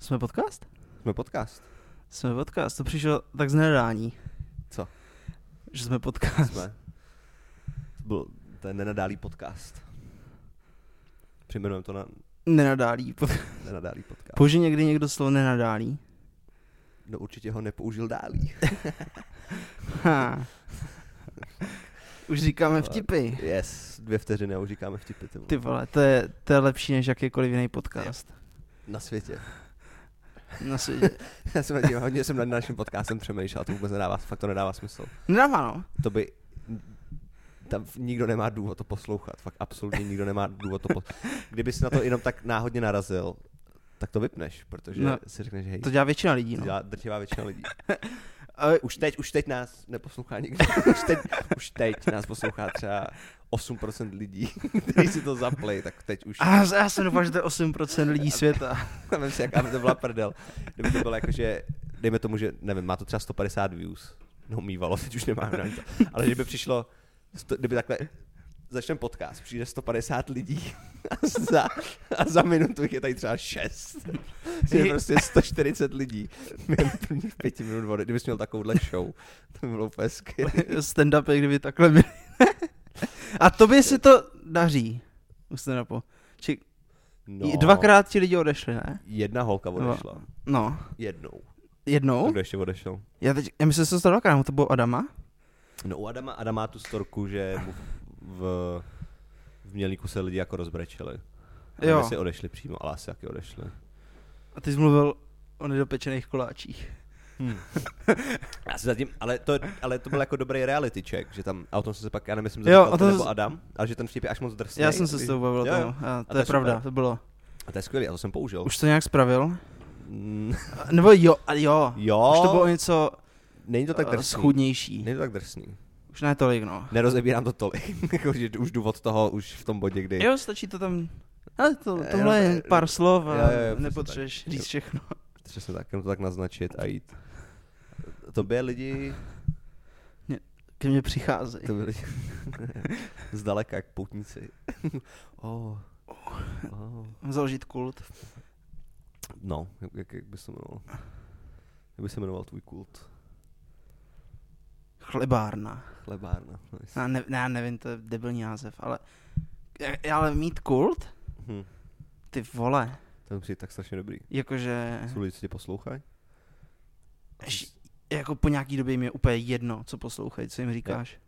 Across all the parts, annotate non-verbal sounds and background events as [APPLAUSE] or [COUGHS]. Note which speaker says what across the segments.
Speaker 1: Jsme podcast? [LAUGHS]
Speaker 2: Jsme podcast.
Speaker 1: Jsme podcast, to přišlo tak z nedání.
Speaker 2: Co?
Speaker 1: Že jsme podcast.
Speaker 2: Jsme. To Byl ten nenadálý podcast. Přejmenujeme to na
Speaker 1: Nenadálí. Po-
Speaker 2: nenadálý podcast.
Speaker 1: Použij někdy někdo slovo nenadálí.
Speaker 2: No určitě ho nepoužil dálí.
Speaker 1: Ha. [LAUGHS] Už říkáme
Speaker 2: Tak.
Speaker 1: vtipy.
Speaker 2: Yes, dvě vteřiny a už říkáme vtipy. Ty, vole.
Speaker 1: Ty vole, to je, to je lepší než jakýkoliv jiný podcast.
Speaker 2: Na světě. [LAUGHS]
Speaker 1: Na světě.
Speaker 2: Já jsem nad tím, hodně jsem nad naším podcastem přemýšlel, to vůbec nedává, fakt to nedává smysl.
Speaker 1: Nedává no.
Speaker 2: To by tam nikdo nemá důvod to poslouchat, fakt absolutně nikdo nemá důvod
Speaker 1: [LAUGHS]
Speaker 2: to poslouchat. Kdyby si na to jenom tak náhodně narazil, tak to vypneš, protože
Speaker 1: No,
Speaker 2: no, si řekneš, hej,
Speaker 1: To dělá většina lidí
Speaker 2: to
Speaker 1: no.
Speaker 2: dělá drtivá většina lidí.
Speaker 1: [LAUGHS] Ale
Speaker 2: Už teď, už teď nás neposlouchá nikdo. [LAUGHS] Už teď, už teď nás poslouchá třeba 8% lidí, [LAUGHS] kteří si to zaplej, tak teď už.
Speaker 1: a já- já jsem doufal, že to je 8% lidí světa. [LAUGHS]
Speaker 2: [LAUGHS] Vem si, jaká by to byla prdel. Kdyby to bylo jako, že, dejme tomu, že, nevím, má to třeba 150 views. No, mývalo, teď už nemá. nevím to. Ale kdyby přišlo, sto, kdyby takhle začneme podcast, přijde 150 lidí a za, a za minutu jich je tady třeba 6. Je prostě 140 lidí. Během prvních pěti minut vody, kdybys měl takovouhle show, to by bylo úplně skvělé.
Speaker 1: stand-upy, kdyby takhle byly. [LAUGHS] A tobě si to daří. U stand-upu. Či no. dvakrát ti lidi odešli, ne?
Speaker 2: No, Jedna holka odešla.
Speaker 1: No.
Speaker 2: Jednou.
Speaker 1: Jednou?
Speaker 2: Kdo ještě odešel?
Speaker 1: Já, teď, já myslím, že jsem to dvakrát, nebo to bylo Adama?
Speaker 2: No u Adama, Adam má tu storku, že mu v, v Mělníku se lidi jako rozbrečeli.
Speaker 1: Jo.
Speaker 2: Jo. si odešli přímo, ale asi taky odešli.
Speaker 1: A ty jsi mluvil o nedopečených koláčích.
Speaker 2: Já si zatím, ale to, ale to byl jako dobrý reality check, že tam, a o tom jsem se pak, já nevím, jestli jsem
Speaker 1: Jo,
Speaker 2: to říkal
Speaker 1: o
Speaker 2: to
Speaker 1: tom
Speaker 2: nebo
Speaker 1: jsi-
Speaker 2: Adam, ale že ten vtip je až moc drsný.
Speaker 1: Já jsem se
Speaker 2: Víš?
Speaker 1: s tou bavil,
Speaker 2: Jo, jo.
Speaker 1: to, a to
Speaker 2: to
Speaker 1: je
Speaker 2: je
Speaker 1: pravda,
Speaker 2: super.
Speaker 1: to bylo.
Speaker 2: A to je skvělý, a to jsem použil.
Speaker 1: Už to nějak spravil?
Speaker 2: Mm,
Speaker 1: Nebo jo, a jo.
Speaker 2: jo,
Speaker 1: Už to bylo o něco
Speaker 2: není to tak
Speaker 1: eh,
Speaker 2: drsný.
Speaker 1: schudnější.
Speaker 2: Není to tak drsný.
Speaker 1: Už ne tolik, no.
Speaker 2: Nerozebírám to tolik, [LAUGHS] jako, že už důvod toho už v tom bodě, kdy...
Speaker 1: Jo, stačí to tam... Ale to,
Speaker 2: Eh,
Speaker 1: tohle
Speaker 2: jenom-
Speaker 1: je pár slov a
Speaker 2: Jo, jo, jo, přesně tak.
Speaker 1: nepotřebuješ říct všechno.
Speaker 2: Přesně tak, jenom to tak naznačit a jít. Tobě lidi,
Speaker 1: Ke mně přicházejí.
Speaker 2: tobě lidi [LAUGHS] zdaleka jak poutníci. [LAUGHS] oh. Oh.
Speaker 1: Založit kult.
Speaker 2: No, jak- jak, jak by se jmenoval? Jak by se jmenoval tvůj kult?
Speaker 1: Chlebárna.
Speaker 2: Chlebárna. Nice.
Speaker 1: Já, ne, ne, já nevím, to je debilní název, ale... Já- Ale mít kult?
Speaker 2: Hm.
Speaker 1: Ty vole.
Speaker 2: To mi přijde tak strašně dobrý.
Speaker 1: Jakože...
Speaker 2: Jsou lidi, co tě poslouchají?
Speaker 1: š- Jako po nějaký době jim je úplně jedno, co poslouchají, co jim říkáš.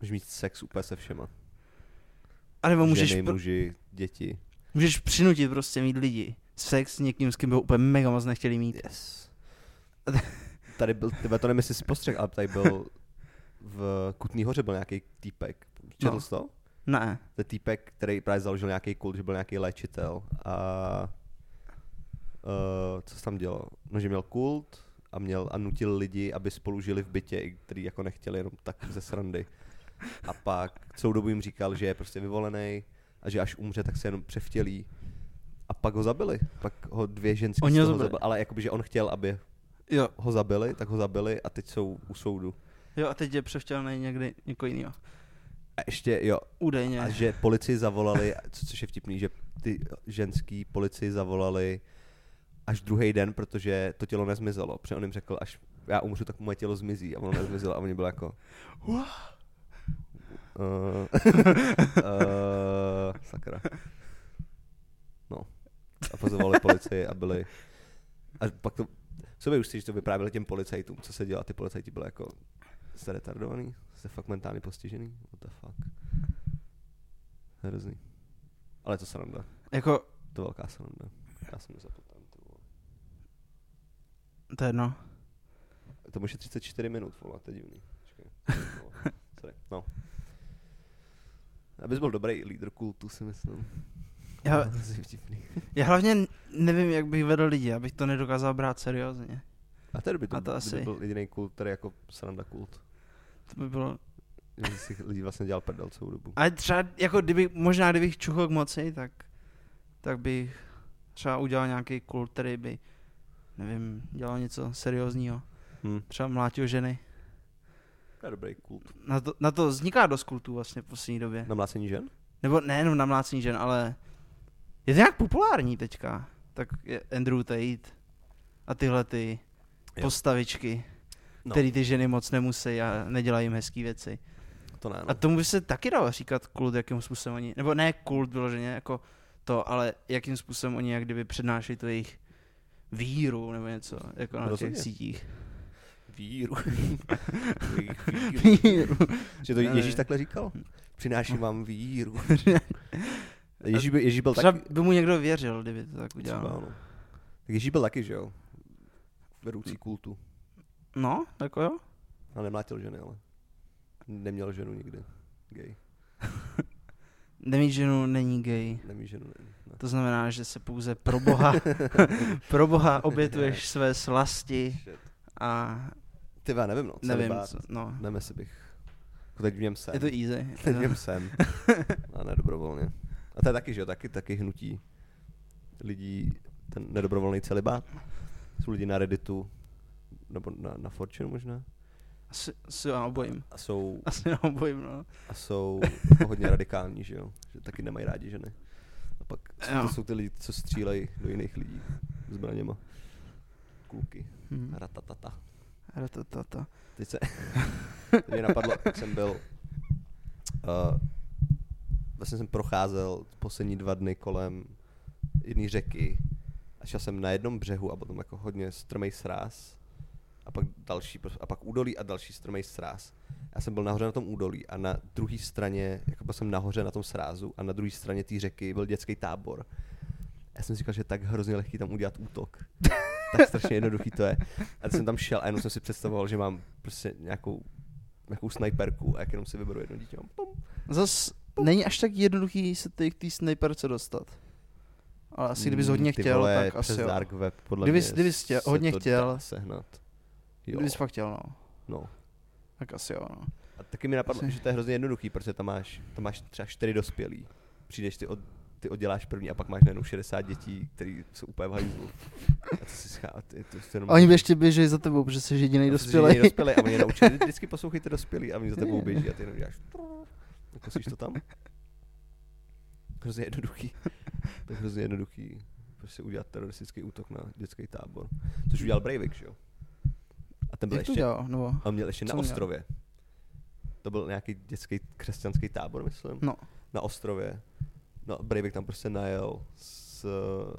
Speaker 2: Můžeš mít sex úplně se všema.
Speaker 1: A nebo No, můžeš,
Speaker 2: Ženy,
Speaker 1: pr-
Speaker 2: muži, děti.
Speaker 1: můžeš přinutit prostě mít lidi. Sex s někým, s kým by ho úplně mega moc nechtěli mít. [LAUGHS]
Speaker 2: Yes. Tady byl, tebe to nevím, jestli jsi postřeh, ale tady byl v Kutný hoře byl nějaký týpek. Četl
Speaker 1: No.
Speaker 2: jsi to?
Speaker 1: Ne.
Speaker 2: To je týpek, který právě založil nějaký kult, že byl nějaký léčitel. A uh, co se tam dělo? No, že měl kult a, měl, a nutil lidi, aby spolu žili v bytě, i který jako nechtěli jenom tak ze srandy. A pak celou dobu jim říkal, že je prostě vyvolený a že až umře, tak se jenom převtělí. A pak ho zabili. Pak ho dvě ženské
Speaker 1: Oni ho zabili.
Speaker 2: zabili. Ale jakoby, že on chtěl, aby
Speaker 1: Jo.
Speaker 2: ho zabili, tak ho zabili a teď jsou u soudu.
Speaker 1: Jo, a teď je převtělený někdy někoho jiného.
Speaker 2: A ještě, jo,
Speaker 1: Údajně.
Speaker 2: A že policii zavolali, co, což je vtipný, že ty ženský policii zavolali až druhý den, protože to tělo nezmizelo. Protože on jim řekl, až já umřu, tak moje tělo zmizí. A ono nezmizelo a oni byli jako...
Speaker 1: Wow.
Speaker 2: Uh, uh, sakra. No. A pozvali policii a byli... A pak to... Co by už si, že to vyprávěli těm policajtům, co se dělá, ty policajti byli jako... Jste retardovaný? Jste fakt mentálně postižený? What the fuck? Hrozný. Ale to sranda.
Speaker 1: Jako,
Speaker 2: To velká sranda. Já jsem nezapotám. ty vole.
Speaker 1: to je jedno.
Speaker 2: To už je 34 minut, vole, to je divný.
Speaker 1: [LAUGHS]
Speaker 2: Počkej. No, sorry. No. Abys byl dobrý lídr kultu, si myslím.
Speaker 1: Já-
Speaker 2: To je vtipný.
Speaker 1: Já hlavně nevím, jak bych vedl lidi, abych to nedokázal brát seriózně.
Speaker 2: A té doby
Speaker 1: A
Speaker 2: to,
Speaker 1: to
Speaker 2: to
Speaker 1: asi.
Speaker 2: asi... byl jediný kult, který jako sranda kult.
Speaker 1: To by bylo...
Speaker 2: Že si lidi vlastně dělal prdel celou dobu.
Speaker 1: Ale třeba, jako kdyby, možná kdybych čuchl k moci, tak, tak bych třeba udělal nějaký kult, který by, nevím, dělal něco seriózního.
Speaker 2: Hm.
Speaker 1: Třeba mlátil ženy.
Speaker 2: To je dobrý kult.
Speaker 1: Na to, na to vzniká dost kultů vlastně v poslední době.
Speaker 2: Na mlácení žen?
Speaker 1: Nebo nejenom na mlácení žen, ale je to nějak populární teďka. tak je Andrew Tate a tyhle ty
Speaker 2: Jo.
Speaker 1: postavičky,
Speaker 2: No.
Speaker 1: no. který ty ženy moc nemusí a nedělají jim hezký věci.
Speaker 2: To ne, no.
Speaker 1: A tomu by se taky dalo říkat kult, jakým způsobem oni, nebo ne kult vyloženě, jako to, ale jakým způsobem oni jak kdyby přednášejí tu jejich víru nebo něco, jako na
Speaker 2: Rozhodně.
Speaker 1: těch
Speaker 2: [LAUGHS]
Speaker 1: sítích. [LAUGHS]
Speaker 2: Víru.
Speaker 1: Víru.
Speaker 2: Že to
Speaker 1: Ne, ne.
Speaker 2: Ježíš takhle říkal? Přináším
Speaker 1: [LAUGHS]
Speaker 2: vám víru. Ježíš, by, Ježíš byl
Speaker 1: Třeba
Speaker 2: taky...
Speaker 1: by mu někdo věřil, kdyby to tak
Speaker 2: Třeba,
Speaker 1: udělal.
Speaker 2: no. Tak Ježíš byl taky, že jo?
Speaker 1: Hm.
Speaker 2: Vedoucí kultu.
Speaker 1: No, jako jo.
Speaker 2: A nemlátil ženy, ale. Neměl ženu nikdy. Gay.
Speaker 1: Nemít ženu není gay.
Speaker 2: Nemí ženu, ne. ne.
Speaker 1: To znamená, že se pouze pro
Speaker 2: [LAUGHS]
Speaker 1: boha, [LAUGHS] pro boha obětuješ své slasti a
Speaker 2: Ty já nevím, no.
Speaker 1: nevím,
Speaker 2: celibát.
Speaker 1: co, no.
Speaker 2: Neme si bych. Jako Teď v něm jsem.
Speaker 1: Je to
Speaker 2: [LAUGHS]
Speaker 1: easy. No.
Speaker 2: Teď v
Speaker 1: [LAUGHS]
Speaker 2: něm jsem. A nedobrovolně. A to je taky, že jo, taky, taky hnutí lidí, ten nedobrovolný celibát. Jsou lidi na Redditu, nebo na, na Fortune možná.
Speaker 1: Asi, asi na obojím. [LAUGHS]
Speaker 2: A jsou,
Speaker 1: Asi na obojím, no.
Speaker 2: a jsou jako hodně radikální, že jo. Že taky nemají rádi ženy. A pak jsou,
Speaker 1: Jo.
Speaker 2: to jsou ty lidi, co střílejí do jiných lidí zbraněma. Kluky.
Speaker 1: Hmm.
Speaker 2: Ratatata.
Speaker 1: Ratatata.
Speaker 2: Teď se [LAUGHS] teď mě napadlo, jak jsem byl, uh, vlastně jsem procházel poslední dva dny kolem jedné řeky a šel jsem na jednom břehu a potom jako hodně strmej sráz a pak další, pr- a pak údolí a další strmej sráz. Já jsem byl nahoře na tom údolí a na druhé straně, jako byl jsem nahoře na tom srázu a na druhé straně té řeky byl dětský tábor. Já jsem si říkal, že je tak hrozně lehký tam udělat útok. tak strašně jednoduchý to je. A teď jsem tam šel a jenom jsem si představoval, že mám prostě nějakou, nějakou snajperku a jak jenom si vyberu jedno dítě. mám Pum.
Speaker 1: Zas není až tak jednoduchý se ty k té sniperce dostat. Ale asi kdybys hodně
Speaker 2: Mm, ty
Speaker 1: chtěl,
Speaker 2: vole,
Speaker 1: tak
Speaker 2: přes
Speaker 1: asi jo.
Speaker 2: dark web, podle
Speaker 1: Kdybys-
Speaker 2: mě
Speaker 1: kdybys chtěl-
Speaker 2: se
Speaker 1: hodně
Speaker 2: to
Speaker 1: chtěl.
Speaker 2: Dá sehnat. Jo,
Speaker 1: Kdybys fakt chtěl, no.
Speaker 2: no.
Speaker 1: Tak asi jo, no.
Speaker 2: A taky mi napadlo,
Speaker 1: Asi.
Speaker 2: že to je hrozně jednoduchý, protože tam máš, tam máš třeba čtyři dospělí. Přijdeš ty, od, ty odděláš první a pak máš najednou 60 dětí, který jsou úplně v hajzlu. A ty si schá, ty, ty, ty jenom...
Speaker 1: A oni by ještě běželi za tebou, protože jsi jediný
Speaker 2: A protože
Speaker 1: dospělý.
Speaker 2: jiní dospělí a oni je naučí, "Vždy- vždycky poslouchejte dospělí a oni za tebou běží a ty jenom děláš. Kosíš to tam? Hrozně jednoduchý. To je hrozně jednoduchý. Prostě udělat teroristický útok na dětský tábor. Což udělal Breivik, že jo? A ten
Speaker 1: [LAUGHS]
Speaker 2: byl
Speaker 1: Jak to
Speaker 2: ještě, No.
Speaker 1: dělal? Nebo...
Speaker 2: a měl ještě
Speaker 1: Co
Speaker 2: na
Speaker 1: měl?
Speaker 2: ostrově. To byl nějaký dětský křesťanský tábor, myslím.
Speaker 1: No. [LAUGHS]
Speaker 2: Na ostrově. No a Breivik tam prostě najel s,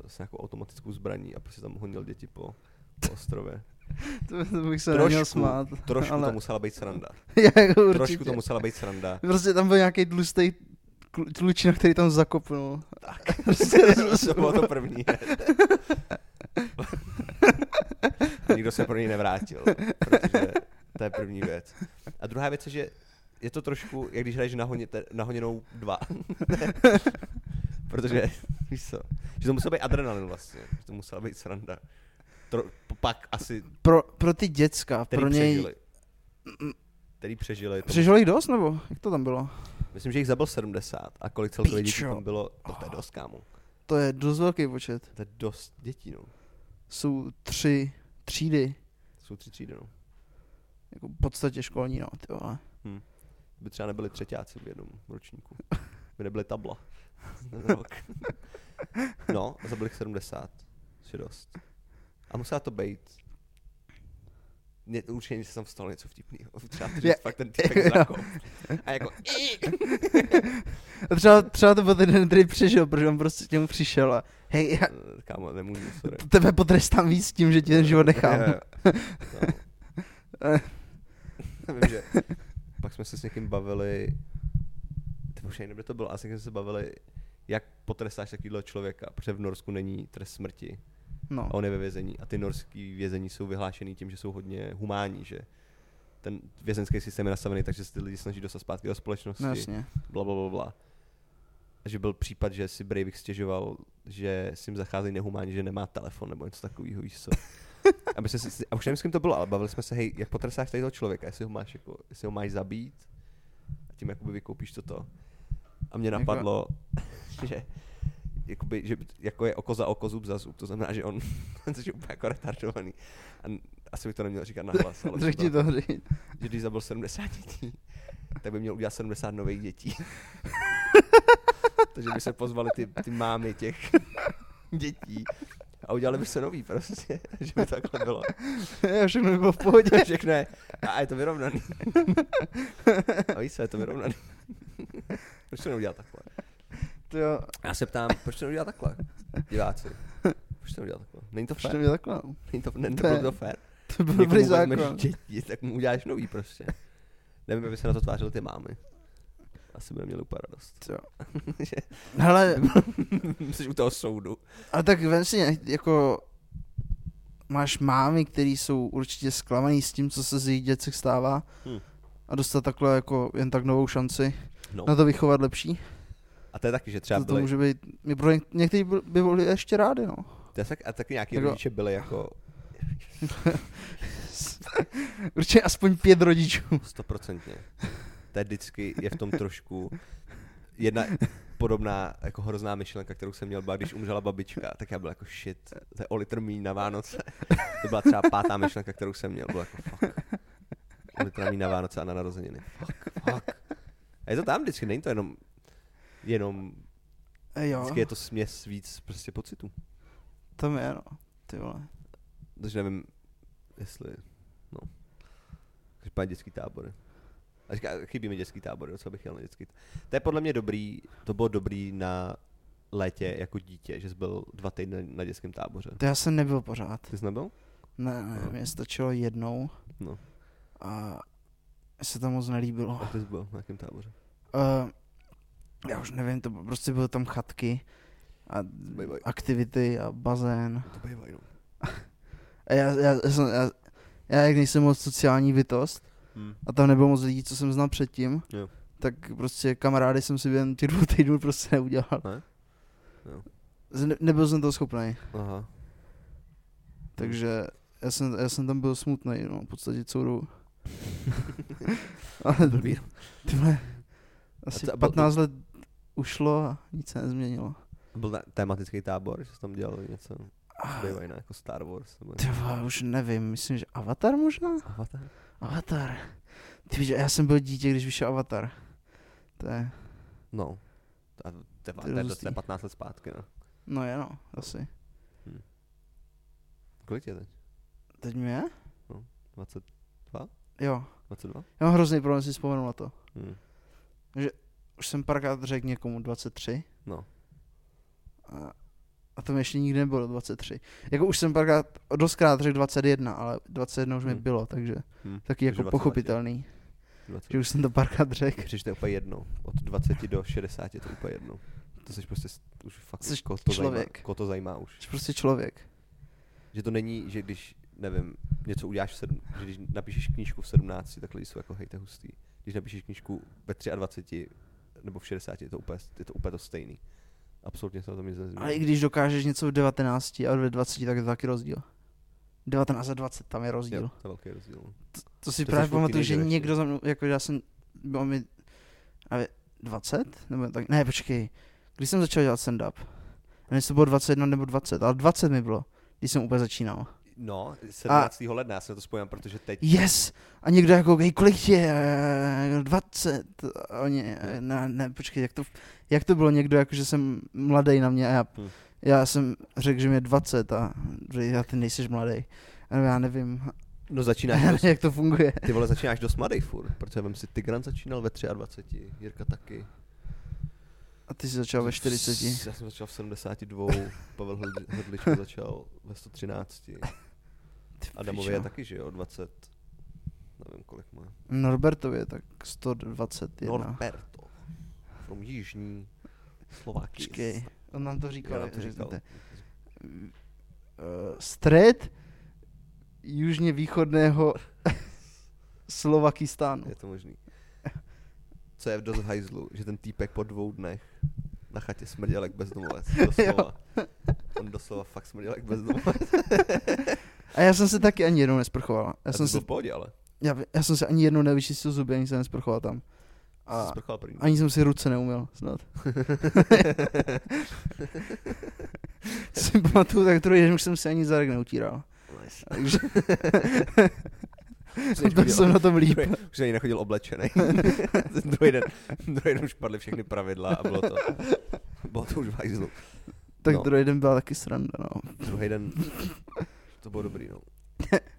Speaker 2: s nějakou automatickou zbraní a prostě tam honil děti po, po
Speaker 1: [LAUGHS]
Speaker 2: ostrově.
Speaker 1: To, to bych se neměl
Speaker 2: Trošku,
Speaker 1: smát.
Speaker 2: trošku
Speaker 1: ale...
Speaker 2: to musela být sranda.
Speaker 1: [LAUGHS] Jak určitě.
Speaker 2: Trošku to musela být sranda.
Speaker 1: Prostě tam byl nějaký tlustý tlučina, který tam zakopnul.
Speaker 2: [LAUGHS]
Speaker 1: Tak. Prostě
Speaker 2: to bylo to první. [LAUGHS] A nikdo se pro něj nevrátil, protože to je první věc. A druhá věc je, že je to trošku, jak když hraješ nahoně, te- nahoněnou dva. [LAUGHS] protože, víš co, že to musel být adrenalin vlastně, že to musela být sranda. Tro, pak asi,
Speaker 1: pro, pro ty děcka,
Speaker 2: který
Speaker 1: pro něj...
Speaker 2: přežili. Který přežili. to
Speaker 1: Přežil jich dost, nebo jak to tam bylo?
Speaker 2: Myslím, že jich zabil 70 a kolik celkově dětí
Speaker 1: Pičo.
Speaker 2: tam bylo, to, to je dost, kámo.
Speaker 1: To je dost velký počet.
Speaker 2: To je dost dětí, no.
Speaker 1: Jsou tři třídy,
Speaker 2: Jsou tři třídy, no.
Speaker 1: jako v podstatě školní, no, ty vole.
Speaker 2: By třeba nebyli třetíáci v jednom ročníku. By nebyly tabla. Ten rok. No, a zabili jich 70. Což je dost. A musela to být. Mě, určitě se tam stalo něco vtipného. Třeba to, že
Speaker 1: Je-
Speaker 2: fakt ten typek zakop. A jako,
Speaker 1: A třeba, třeba to byl ten den, který přežil, protože on prostě k němu přišel a hej, já
Speaker 2: eh, kámo, nemůžu, sorry.
Speaker 1: tebe potrestám víc tím, že ti ten život nechám.
Speaker 2: Jo,
Speaker 1: [LAUGHS]
Speaker 2: jo. No. Vím, že pak jsme se s někým bavili, ty už nevím, kde to bylo, asi jsme se bavili, jak potrestáš takového člověka, protože v Norsku není trest smrti
Speaker 1: No.
Speaker 2: a on je ve vězení. A ty norský vězení jsou vyhlášený tím, že jsou hodně humánní, že ten vězenský systém je nastavený, takže se ty lidi snaží dostat zpátky do společnosti
Speaker 1: No jasně.
Speaker 2: bla, bla, bla, bla. A Že byl případ, že si Breivik stěžoval, že si jim zacházejí nehumánně, že nemá telefon nebo něco takového,
Speaker 1: [LAUGHS]
Speaker 2: víš co. A, my jsme si, a už nevím, s kým to bylo, ale bavili jsme se, hej, jak potrestáš tady toho člověka, jestli ho máš, jako, jestli ho máš zabít a tím jakoby vykoupíš toto. A mě
Speaker 1: Jako-
Speaker 2: napadlo, [LAUGHS] že jakoby, že jako je oko za oko, zub za zub, to znamená, že on, [LAUGHS] což je úplně jako retardovaný. A n- asi bych to neměl říkat na
Speaker 1: [LAUGHS]
Speaker 2: hlas, ale
Speaker 1: Řekni
Speaker 2: bylo-
Speaker 1: to, řekni.
Speaker 2: že když zabil 70 dětí, tak by měl udělat 70 nových dětí. Takže by se pozvali ty, ty mámy těch dětí a udělali by se nový prostě, že by takhle bylo.
Speaker 1: Jo, Všechno by bylo v pohodě.
Speaker 2: Všechno je, a je to vyrovnaný. A víš co, je to vyrovnaný. Proč to neudělat takhle?
Speaker 1: To jo,
Speaker 2: Já se ptám, proč to neudělat takhle, diváci? Proč to neudělat takhle? Není to
Speaker 1: už to
Speaker 2: fér.
Speaker 1: bylo takhle. no.
Speaker 2: Není to, není to,
Speaker 1: To je-
Speaker 2: bylo to fér.
Speaker 1: To byl
Speaker 2: Někomu
Speaker 1: [LAUGHS] dobrý
Speaker 2: vezmeš
Speaker 1: zákon.
Speaker 2: Děti, tak mu uděláš nový prostě. Nevím, jak by se na to tvářily ty mámy. Asi by neměli úplně
Speaker 1: [LAUGHS]
Speaker 2: radost.
Speaker 1: Co? Hele,
Speaker 2: Jsi u toho soudu.
Speaker 1: ale tak vem si, ně- jako máš mámy, které jsou určitě zklamaný s tím, co se z jejich děcek stává
Speaker 2: Hm.
Speaker 1: a dostat takhle jako jen tak novou šanci
Speaker 2: No.
Speaker 1: na to vychovat lepší.
Speaker 2: A to je taky, že třeba
Speaker 1: To, to
Speaker 2: byli,
Speaker 1: může být, my pro něk- někteří by- by byli ještě rádi, no. [LAUGHS]
Speaker 2: to je tak, a taky nějaký
Speaker 1: Jako-
Speaker 2: rodiče byli jako
Speaker 1: Určitě aspoň pět rodičů.
Speaker 2: Stoprocentně. To je vždycky, je v tom trošku jedna podobná jako hrozná myšlenka, kterou jsem měl, byla, když umřela babička, tak já byl jako shit, to je o litr míň na Vánoce. To byla třeba pátá myšlenka, kterou jsem měl, byl jako fuck. O litr míň na Vánoce a na narozeniny. Fuck, fuck. A je to tam vždycky, není to jenom, jenom,
Speaker 1: E, jo,
Speaker 2: vždycky je to směs víc prostě pocitů.
Speaker 1: tam je, no. Ty vole.
Speaker 2: Takže nevím, jestli, no. Takže pán dětský tábory. A říká, chybí mi dětský tábory, docela bych jel na dětský. t- To je podle mě dobrý, to bylo dobrý na létě jako dítě, že jsi byl dva týdny na dětském táboře.
Speaker 1: To já jsem nebyl pořád.
Speaker 2: Ty jsi nebyl?
Speaker 1: Ne, ne,
Speaker 2: No.
Speaker 1: mě stačilo jednou.
Speaker 2: No.
Speaker 1: A se tam moc nelíbilo.
Speaker 2: A ty jsi byl na jakém táboře?
Speaker 1: Uh, já už nevím, to bylo- prostě byly tam chatky a
Speaker 2: Bye, bye.
Speaker 1: aktivity a bazén.
Speaker 2: To bývají, no.
Speaker 1: A já, já, já, jsem, já, já jak nejsem moc sociální bytost
Speaker 2: Hmm.
Speaker 1: a tam nebylo moc lidí, co jsem znal předtím,
Speaker 2: Jo.
Speaker 1: tak prostě kamarády jsem si během těch dvou týdnů prostě neudělal.
Speaker 2: Ne? Jo.
Speaker 1: Z- Ne, nebyl jsem toho schopný,
Speaker 2: Aha.
Speaker 1: takže já jsem, já jsem tam byl smutný, no, v podstatě celou
Speaker 2: [LAUGHS]
Speaker 1: dobu. Ale
Speaker 2: Blbý.
Speaker 1: Ty vole, asi
Speaker 2: co- a byl-
Speaker 1: 15 let ušlo a nic se nezměnilo.
Speaker 2: Byl ta- tematický tábor, že jsi tam dělal něco,
Speaker 1: Ah,
Speaker 2: bývají na jako Star Wars. Nebo...
Speaker 1: Ty vole, už nevím, myslím, že Avatar možná?
Speaker 2: Avatar?
Speaker 1: Avatar. Ty víš, já jsem byl dítě, když vyšel Avatar. To je,
Speaker 2: No. A to, to,
Speaker 1: To
Speaker 2: to,
Speaker 1: je
Speaker 2: je- to
Speaker 1: hustý.
Speaker 2: je 15 let zpátky, no.
Speaker 1: no je no, asi.
Speaker 2: Kolik je teď?
Speaker 1: Teď mi je?
Speaker 2: 20,
Speaker 1: Jo.
Speaker 2: 22?
Speaker 1: Já mám hrozný problém si vzpomenout na to.
Speaker 2: Hmm.
Speaker 1: Už jsem párkrát řekl někomu 23
Speaker 2: No.
Speaker 1: a, a to mi ještě nikdy nebylo 23. Jako už jsem párkrát, dostkrát řekl 21, ale 21 už mi
Speaker 2: Hmm.
Speaker 1: bylo, takže
Speaker 2: Hmm.
Speaker 1: taky
Speaker 2: Takže
Speaker 1: jako
Speaker 2: 20
Speaker 1: pochopitelný,
Speaker 2: 20.
Speaker 1: že už jsem to párkrát řekl.
Speaker 2: Přečte úplně jedno. Od 20 do 60 je to úplně jedno. To jsi prostě s- už fakt,
Speaker 1: Jsi
Speaker 2: koho to, zajímá,
Speaker 1: člověk.
Speaker 2: koho to zajímá už.
Speaker 1: Jsi prostě člověk.
Speaker 2: Že to není, že když, nevím, něco uděláš, v sedm, že když napíšeš knížku v 17, tak lidi jsou jako hejte hustý. Když napíšeš knížku ve 23 nebo v 60, je to úplně, je to, úplně to stejný. Absolutně se na tom nic nezmění.
Speaker 1: Ale i když dokážeš něco v 19 a ve 20, tak je to taky rozdíl. 19 a 20, tam je rozdíl.
Speaker 2: Jo, to je velký rozdíl.
Speaker 1: To si
Speaker 2: To
Speaker 1: právě
Speaker 2: jsi byl
Speaker 1: pamatuju, že
Speaker 2: teenager ještě.
Speaker 1: někdo za mnou, jako já jsem, bylo mi, a ve- 20? Nebo tak, ne, počkej, když jsem začal dělat stand-up? Nevím, jestli to bylo 21 nebo 20, ale 20 mi bylo, když jsem úplně začínal.
Speaker 2: No, 17. A... ledna, já se na to spojím, protože teď
Speaker 1: Yes! A někdo jako, hej, kolik tě je? A já, 20. A oni, eh, ne, ne, počkej, jak to, jak to bylo někdo, jako, že jsem mladý na mě a já,
Speaker 2: Hm.
Speaker 1: já jsem řekl, že mě je 20 a že já ty nejseš mladý. A já nevím, [LAUGHS]
Speaker 2: no, začínáš dost,
Speaker 1: jak to funguje.
Speaker 2: ty vole začínáš dost mladý furt, protože vem si, Tigran začínal ve 23, Jirka taky.
Speaker 1: A ty jsi začal ve 40.
Speaker 2: Já jsem začal v 72, [LAUGHS] Pavel Hrdli- Hrdlička začal ve 113.
Speaker 1: Ty
Speaker 2: Adamovi
Speaker 1: pičo.
Speaker 2: je taky, že jo, 20, nevím kolik má.
Speaker 1: Norbertovi je No, tak 121.
Speaker 2: Norberto, from Jižní Slovákie.
Speaker 1: Počkej, on nám to říkal.
Speaker 2: Já nám to říkal.
Speaker 1: řekněte. Mm, eh, Střed južně [LAUGHS] východného Slovakistánu.
Speaker 2: Je to možný. Co je dost hajzlu, že ten týpek po dvou dnech na chatě smrděl jak bezdomovec,
Speaker 1: [LAUGHS]
Speaker 2: doslova. On doslova fakt smrděl jak bezdomovec.
Speaker 1: A já jsem se taky ani jednou nesprchoval. Já,
Speaker 2: Já jsem
Speaker 1: jsem se,
Speaker 2: byl v pohodě, ale.
Speaker 1: já, já jsem se ani jednou nevyčistil zuby, ani jsem nesprchoval tam.
Speaker 2: A...
Speaker 1: A
Speaker 2: Jsi sprchoval první.
Speaker 1: ani jsem si ruce neumil, snad.
Speaker 2: [LAUGHS]
Speaker 1: si pamatuju, tak druhý den už jsem si ani zadek neutíral.
Speaker 2: Nice.
Speaker 1: Takže
Speaker 2: Jsi než
Speaker 1: byl
Speaker 2: chodil-
Speaker 1: jsem na tom líp.
Speaker 2: Druhý- Už se ani nechodil oblečený. [LAUGHS] Ten druhý den, druhý den už padly všechny pravidla a bylo to, bylo to už v hajzlu.
Speaker 1: Tak
Speaker 2: No.
Speaker 1: no. druhý den byla taky sranda, no.
Speaker 2: Druhý den, to bylo dobrý, no.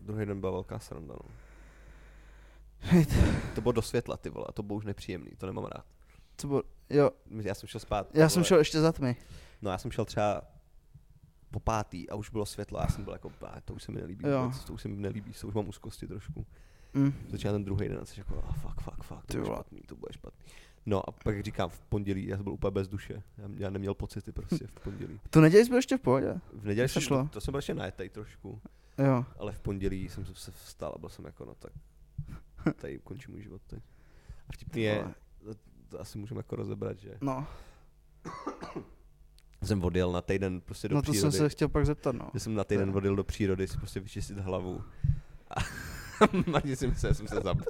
Speaker 2: Druhý den byla velká sranda, no. To bylo do světla, ty vole, a to bylo už nepříjemný, to nemám rád.
Speaker 1: Co bylo, jo,
Speaker 2: Já jsem šel spát. ty
Speaker 1: já jsem
Speaker 2: vole.
Speaker 1: šel ještě za tmy.
Speaker 2: No já jsem šel třeba po pátý a už bylo světlo a já jsem byl jako, "Bá, to už se mi nelíbí,
Speaker 1: Jo.
Speaker 2: vůbec, to už se mi nelíbí, to už mám úzkosti trošku.
Speaker 1: Mm.
Speaker 2: Začíná ten druhý den a jsi jako, ah, fuck, fuck, fuck, to
Speaker 1: Ty
Speaker 2: bude
Speaker 1: vole.
Speaker 2: špatný, to bude špatný. No a pak jak říkám, v pondělí, já jsem byl úplně bez duše, já, já neměl pocity prostě v pondělí.
Speaker 1: Tu neděli jsi byl ještě v pohodě.
Speaker 2: V neděli
Speaker 1: To
Speaker 2: jsem,
Speaker 1: šlo.
Speaker 2: to jsem byl ještě najetej trošku,
Speaker 1: Jo.
Speaker 2: ale v pondělí jsem se vstal a byl jsem jako, no tak, tady končí můj život teď. A vtipný je,
Speaker 1: Vole.
Speaker 2: to, to asi můžeme jako rozebrat, že
Speaker 1: No,
Speaker 2: jsem odjel na týden prostě do
Speaker 1: no to
Speaker 2: přírody.
Speaker 1: jsem se chtěl pak zeptat, no.
Speaker 2: že jsem na týden
Speaker 1: Ne.
Speaker 2: vodil do přírody si prostě vyčistit hlavu. A [LAUGHS] marně jsem se, jsem se zabil,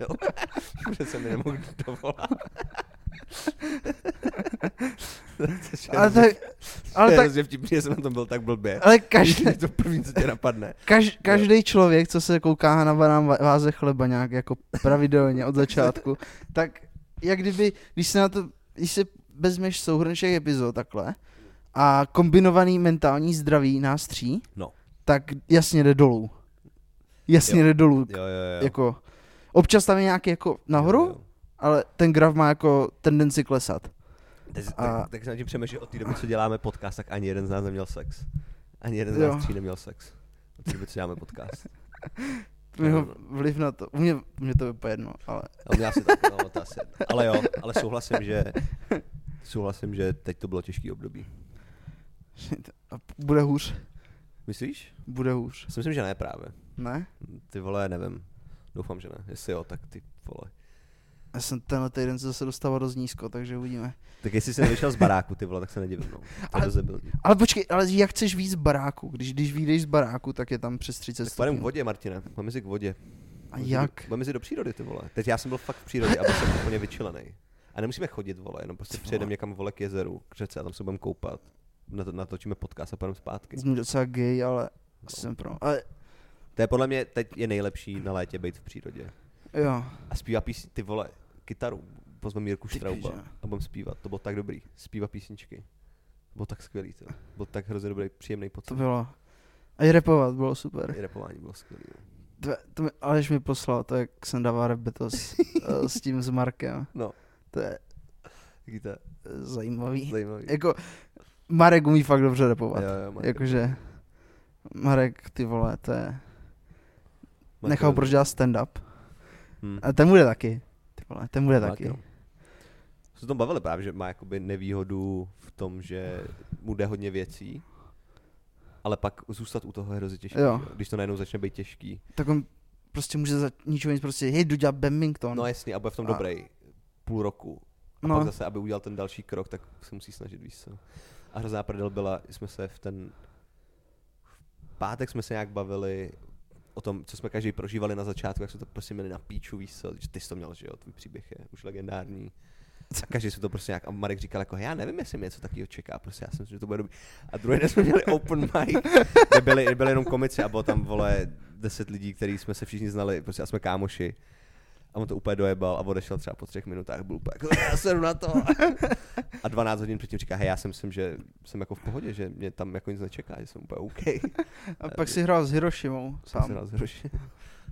Speaker 2: [LAUGHS] protože jsem mi nemohl dovolat. [LAUGHS] Což je
Speaker 1: Ale
Speaker 2: hrozně-
Speaker 1: tak, ale
Speaker 2: [LAUGHS] je
Speaker 1: tak,
Speaker 2: hrozně vtipný, že jsem na tom byl tak blbě.
Speaker 1: ale každý,
Speaker 2: To je to první, co
Speaker 1: [LAUGHS]
Speaker 2: tě napadne.
Speaker 1: Kaž, každý člověk, co se kouká na banán va- váze chleba nějak jako pravidelně od
Speaker 2: [LAUGHS]
Speaker 1: začátku, tak jak kdyby, když se na to, když se vezmeš souhrn všech epizod takhle a kombinovaný mentální zdraví nás tří,
Speaker 2: No.
Speaker 1: tak jasně jde dolů. Jasně
Speaker 2: Jo.
Speaker 1: jde dolů.
Speaker 2: Jo, jo, jo.
Speaker 1: Jako, občas tam je nějaký jako nahoru,
Speaker 2: Jo, jo.
Speaker 1: ale ten graf má jako tendenci klesat.
Speaker 2: Tak,
Speaker 1: A-
Speaker 2: tak, tak se nad tím přemýšlím, že od té doby, co děláme podcast, tak ani jeden z nás neměl sex. Ani jeden z
Speaker 1: Jo.
Speaker 2: nás tří neměl sex. Od té doby, co děláme podcast.
Speaker 1: Jeho vliv na to, u mě, u mě to je úplně jedno, ale [LAUGHS]
Speaker 2: Ale já si tak, no, to asi. Ale jo, ale souhlasím, že
Speaker 1: [LAUGHS]
Speaker 2: souhlasím, že teď to bylo těžký období.
Speaker 1: a bude hůř,
Speaker 2: Myslíš?
Speaker 1: bude hůř,
Speaker 2: Já si myslím, že ne právě.
Speaker 1: ne?
Speaker 2: Ty vole, nevím. Doufám, že ne. Jestli jo, tak ty vole.
Speaker 1: Já jsem tenhle týden se zase dostával dost nízko, takže uvidíme.
Speaker 2: Tak jestli jsi nevyšel z baráku, ty vole, tak se nedivím, no. To je
Speaker 1: Ale-
Speaker 2: debilní.
Speaker 1: Ale počkej, ale jak chceš víc z baráku? Když, když vyjdeš z baráku, tak je tam přes 30
Speaker 2: Tak půjdeme k
Speaker 1: stupňů.
Speaker 2: vodě, Martina. Máme si k vodě.
Speaker 1: A
Speaker 2: Máme si
Speaker 1: jak?
Speaker 2: Do, máme si do přírody, ty vole. Teď já jsem byl fakt v přírodě a byl jsem úplně vyčilený. A nemusíme chodit, vole, jenom prostě
Speaker 1: Ty vole.
Speaker 2: přijedeme někam, vole, k jezeru, k řece a tam se budeme koupat. Nato- Natočíme podcast a půjdeme zpátky.
Speaker 1: Jsem docela gay, ale
Speaker 2: No.
Speaker 1: jsem pro. Ale
Speaker 2: To je podle mě, teď je nejlepší na létě být v přírodě.
Speaker 1: jo,
Speaker 2: A zpívá písni, ty vole, kytaru. Pozveme Jirku
Speaker 1: Ty
Speaker 2: Štrauba
Speaker 1: pičo.
Speaker 2: a budeme zpívat. To bylo tak dobrý. Zpívá písničky. To bylo tak skvělý, to. Byl tak hrozně dobrý, příjemný pocit.
Speaker 1: to bylo. A i repovat bylo super.
Speaker 2: I repování bylo skvělý. no.
Speaker 1: Dve, to mi, Aleš mi poslal to, jak jsem dával rap battle
Speaker 2: [LAUGHS]
Speaker 1: s, eh, s tím s Markem.
Speaker 2: No.
Speaker 1: To je
Speaker 2: Taky to je
Speaker 1: eh, zajímavý.
Speaker 2: zajímavý.
Speaker 1: Jako, Marek umí fakt dobře repovat.
Speaker 2: Jo, jo, Marek-
Speaker 1: Jakože, Marek, ty vole, to je...
Speaker 2: Marek
Speaker 1: Nechal
Speaker 2: Rozen-
Speaker 1: proč dělat stand-up.
Speaker 2: Hm.
Speaker 1: A ten bude taky. Ty vole, ten bude
Speaker 2: Marek,
Speaker 1: taky.
Speaker 2: jo. Jsme se o tom bavili právě, že má jakoby nevýhodu v tom, že mu jde hodně věcí, ale pak zůstat u toho je hrozně těžké.
Speaker 1: Jo.
Speaker 2: Když to najednou začne být těžký.
Speaker 1: Tak on prostě může za ničím nic prostě, hej, jdu dělat badminton.
Speaker 2: No jasně, a bude v tom
Speaker 1: A-
Speaker 2: dobrý. Půl roku. A no. pak
Speaker 1: no, [LAUGHS]
Speaker 2: zase, aby udělal ten další krok, tak se musí snažit, víš co. A hrozná prdel byla, že jsme se v ten... V pátek jsme se nějak bavili o tom, co jsme každý prožívali na začátku, jak jsme to prostě měli na píču, víš co, že ty jsi to měl, že jo, tvůj příběh je už legendární. A každý si to prostě nějak, a Marek říkal jako, já nevím, jestli mě něco takového čeká, prostě já si myslím, že to bude dobrý. A druhý den jsme měli open mic, kde byli, kde byli jenom komici a bylo tam, vole, deset lidí, který jsme se všichni znali, prostě a jsme kámoši. A on to úplně dojebal a odešel třeba po třech minutách, byl úplně jako, já jsem na to. A 12 hodin předtím říká, hej, já si myslím, že jsem jako v pohodě, že mě tam jako nic nečeká, že jsem úplně OK.
Speaker 1: a pak si hrál s Hiroshimou
Speaker 2: Sám. Jsem
Speaker 1: sám.
Speaker 2: se dal s Hirošimou,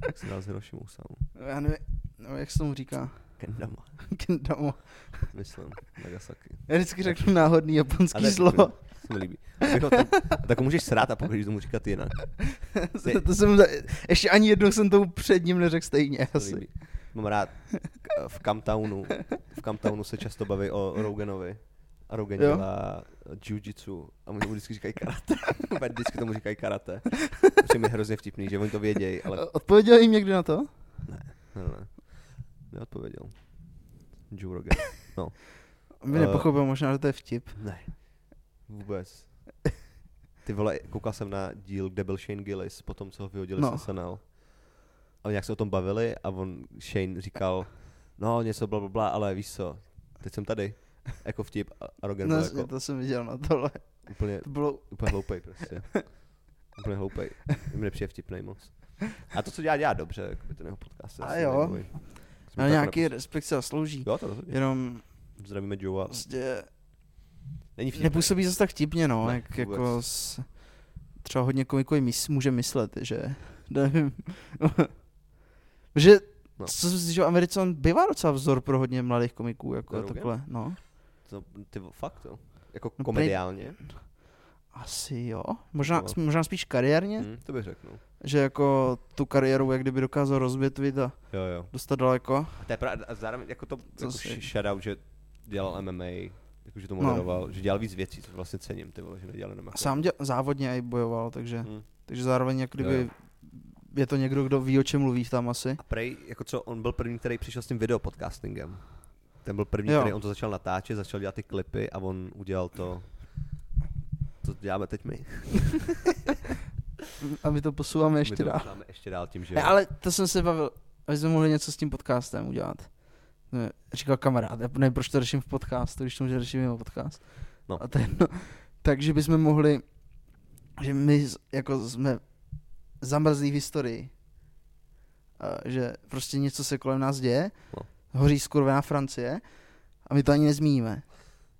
Speaker 2: tak jsem se dal s Hirošimou sám.
Speaker 1: Já nevím, no, jak se tomu říká. [LAUGHS]
Speaker 2: Kendama,
Speaker 1: Kendamo.
Speaker 2: myslím, Nagasaki.
Speaker 1: Já vždycky řeknu náhodný
Speaker 2: A
Speaker 1: japonský
Speaker 2: to je
Speaker 1: slovo. [LAUGHS]
Speaker 2: pěkný, [LAUGHS] To mi líbí. Tak, ho- tak, tak ho můžeš srát a pokud když tomu říkat jinak.
Speaker 1: to, to jsem, za- ještě ani jednou jsem tomu před ním neřekl stejně.
Speaker 2: To
Speaker 1: Asi.
Speaker 2: líbí. Mám rád k- v Camtownu. V Camtownu se často baví o Roganovi. A Rogan
Speaker 1: Jo.
Speaker 2: dělá jiu-jitsu a oni mu vždycky říkají karate. Úplně vždycky tomu říkají karate. Protože mi je hrozně vtipný, že oni to vědějí, ale
Speaker 1: Odpověděl jim někdy na to?
Speaker 2: ne, ne, ne. Neodpověděl. Joe Rogan. No.
Speaker 1: On by
Speaker 2: Eh.
Speaker 1: nepochopil možná, že to je vtip.
Speaker 2: Ne. Vůbec. Ty vole, koukal jsem na díl, kde byl Shane Gillis, po tom, co ho vyhodili no.
Speaker 1: No.
Speaker 2: z SNL. A nějak se o tom bavili a on, Shane, říkal, no něco bla, bla, bla ale víš co, teď jsem tady. Jako vtip a- a Rogan
Speaker 1: No,
Speaker 2: byl
Speaker 1: jasně,
Speaker 2: jako
Speaker 1: to jsem viděl na tohle.
Speaker 2: úplně,
Speaker 1: To bylo,
Speaker 2: úplně hloupej prostě. Úplně hloupej. Mně nepřijde vtipnej moc. A to, co dělá, dělá dobře, jako by ten jeho podcast. je
Speaker 1: A
Speaker 2: asi
Speaker 1: jo.
Speaker 2: nejbolej. Jsme
Speaker 1: ale
Speaker 2: tak
Speaker 1: nějaký
Speaker 2: napos-
Speaker 1: respekt se zaslouží.
Speaker 2: Jo, to rozhodně.
Speaker 1: Jenom
Speaker 2: Zdravíme Joea.
Speaker 1: prostě
Speaker 2: Není vtipný.
Speaker 1: Nepůsobí zase tak vtipně, no,
Speaker 2: Ne,
Speaker 1: ne, jak
Speaker 2: vůbec.
Speaker 1: jako s, třeba hodně komiků i mys, může myslet, že [LAUGHS] nevím. že
Speaker 2: No.
Speaker 1: no. co jsem si, že Americe on bývá docela vzor pro hodně mladých komiků, jako
Speaker 2: Rogan?
Speaker 1: takhle, no.
Speaker 2: To, ty, vo- fakt, jo. Jako
Speaker 1: prej-
Speaker 2: komediálně.
Speaker 1: Asi jo, možná,
Speaker 2: No.
Speaker 1: no. možná spíš kariérně, hmm.
Speaker 2: Hm, to bych řekl, no.
Speaker 1: že jako tu kariéru jak kdyby dokázal rozbětvit a
Speaker 2: Jo, jo.
Speaker 1: dostat daleko.
Speaker 2: A to je pravda, a zároveň jako to jako
Speaker 1: si-
Speaker 2: sh- shoutout, že dělal MMA, jako že to
Speaker 1: No.
Speaker 2: moderoval, no. že dělal víc věcí, což vlastně cením, ty vole, že nedělal jenom
Speaker 1: A
Speaker 2: jako-
Speaker 1: sám děl, závodně i bojoval, takže,
Speaker 2: Hm.
Speaker 1: takže zároveň jak kdyby
Speaker 2: Jo, jo.
Speaker 1: je to někdo, kdo ví, o čem mluví tam asi.
Speaker 2: A prej, jako co, on byl první, který přišel s tím videopodcastingem. Ten byl první,
Speaker 1: Jo.
Speaker 2: který on to začal natáčet, začal dělat ty klipy a on udělal to, co děláme teď my.
Speaker 1: A my to posouváme [LAUGHS]
Speaker 2: my
Speaker 1: ještě
Speaker 2: Hmm. to
Speaker 1: dál.
Speaker 2: děláme ještě dál tím, že...
Speaker 1: Ne, ale to jsem se bavil, aby jsme mohli něco s tím podcastem udělat. Ne, Říkal kamarád, já nevím, proč to řeším v podcastu, když to může řešit mimo podcast.
Speaker 2: No.
Speaker 1: A ten, no, takže bychom mohli, že my z- jako jsme zamrzlí v historii, a že prostě něco se kolem nás děje,
Speaker 2: No.
Speaker 1: hoří skurvená Francie a my to ani nezmíníme.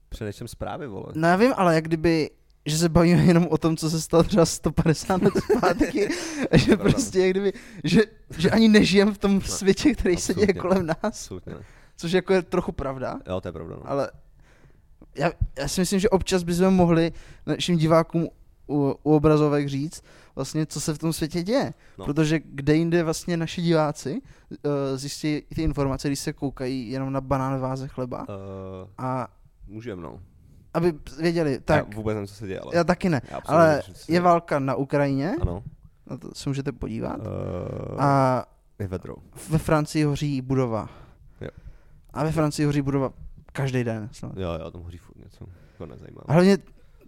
Speaker 2: Přenečem zprávy, vole.
Speaker 1: No já vím, ale jak kdyby, že se bavíme jenom o tom, co se stalo třeba 150 let [LAUGHS] zpátky, a že
Speaker 2: Pravda.
Speaker 1: prostě jak kdyby, že, že ani nežijem v tom světě, který se děje
Speaker 2: absolutně.
Speaker 1: kolem nás,
Speaker 2: Absolutně ne.
Speaker 1: což jako je trochu pravda,
Speaker 2: Jo, to je pravda, no.
Speaker 1: ale já, já si myslím, že občas bychom mohli našim divákům u, u obrazovek říct vlastně, co se v tom světě děje,
Speaker 2: No.
Speaker 1: no. protože kde jinde vlastně naši diváci uh, zjistí ty informace, když se koukají jenom na banán v váze chleba
Speaker 2: Uh,
Speaker 1: a
Speaker 2: můžem, no.
Speaker 1: aby věděli, tak...
Speaker 2: Já vůbec nevím, co se děje, ale...
Speaker 1: Já taky ne.
Speaker 2: Já absolutně
Speaker 1: Ale
Speaker 2: nevím, co se
Speaker 1: je
Speaker 2: děje.
Speaker 1: válka na Ukrajině,
Speaker 2: Ano.
Speaker 1: na to se můžete podívat.
Speaker 2: Uh, a...
Speaker 1: A
Speaker 2: Je vedro.
Speaker 1: ve Francii hoří budova.
Speaker 2: Jo.
Speaker 1: A ve Francii hoří budova každý den. Snad.
Speaker 2: Jo, jo, tam hoří furt něco. Jako To nezajímá.
Speaker 1: A hlavně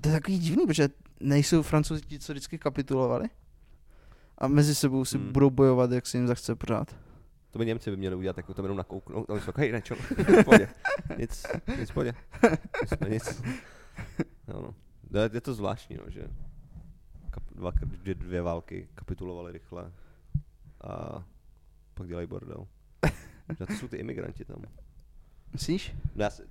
Speaker 1: to je takový divný, protože nejsou francouzi ti, co vždycky kapitulovali. A mezi sebou si
Speaker 2: Hmm.
Speaker 1: budou bojovat, jak se jim zachce pořád.
Speaker 2: To by Němci by měli udělat, jako tam jenom nakouknout, ale jsou,
Speaker 1: [LAUGHS]
Speaker 2: hej, nečo, podě, nic, nic, podě, nic, ne, nic. No, no. To je- Je to zvláštní, no, že kap, dva, dvě, dvě války kapitulovaly rychle a pak dělají bordel. Že to jsou ty imigranti tam.
Speaker 1: Myslíš?
Speaker 2: No, já si,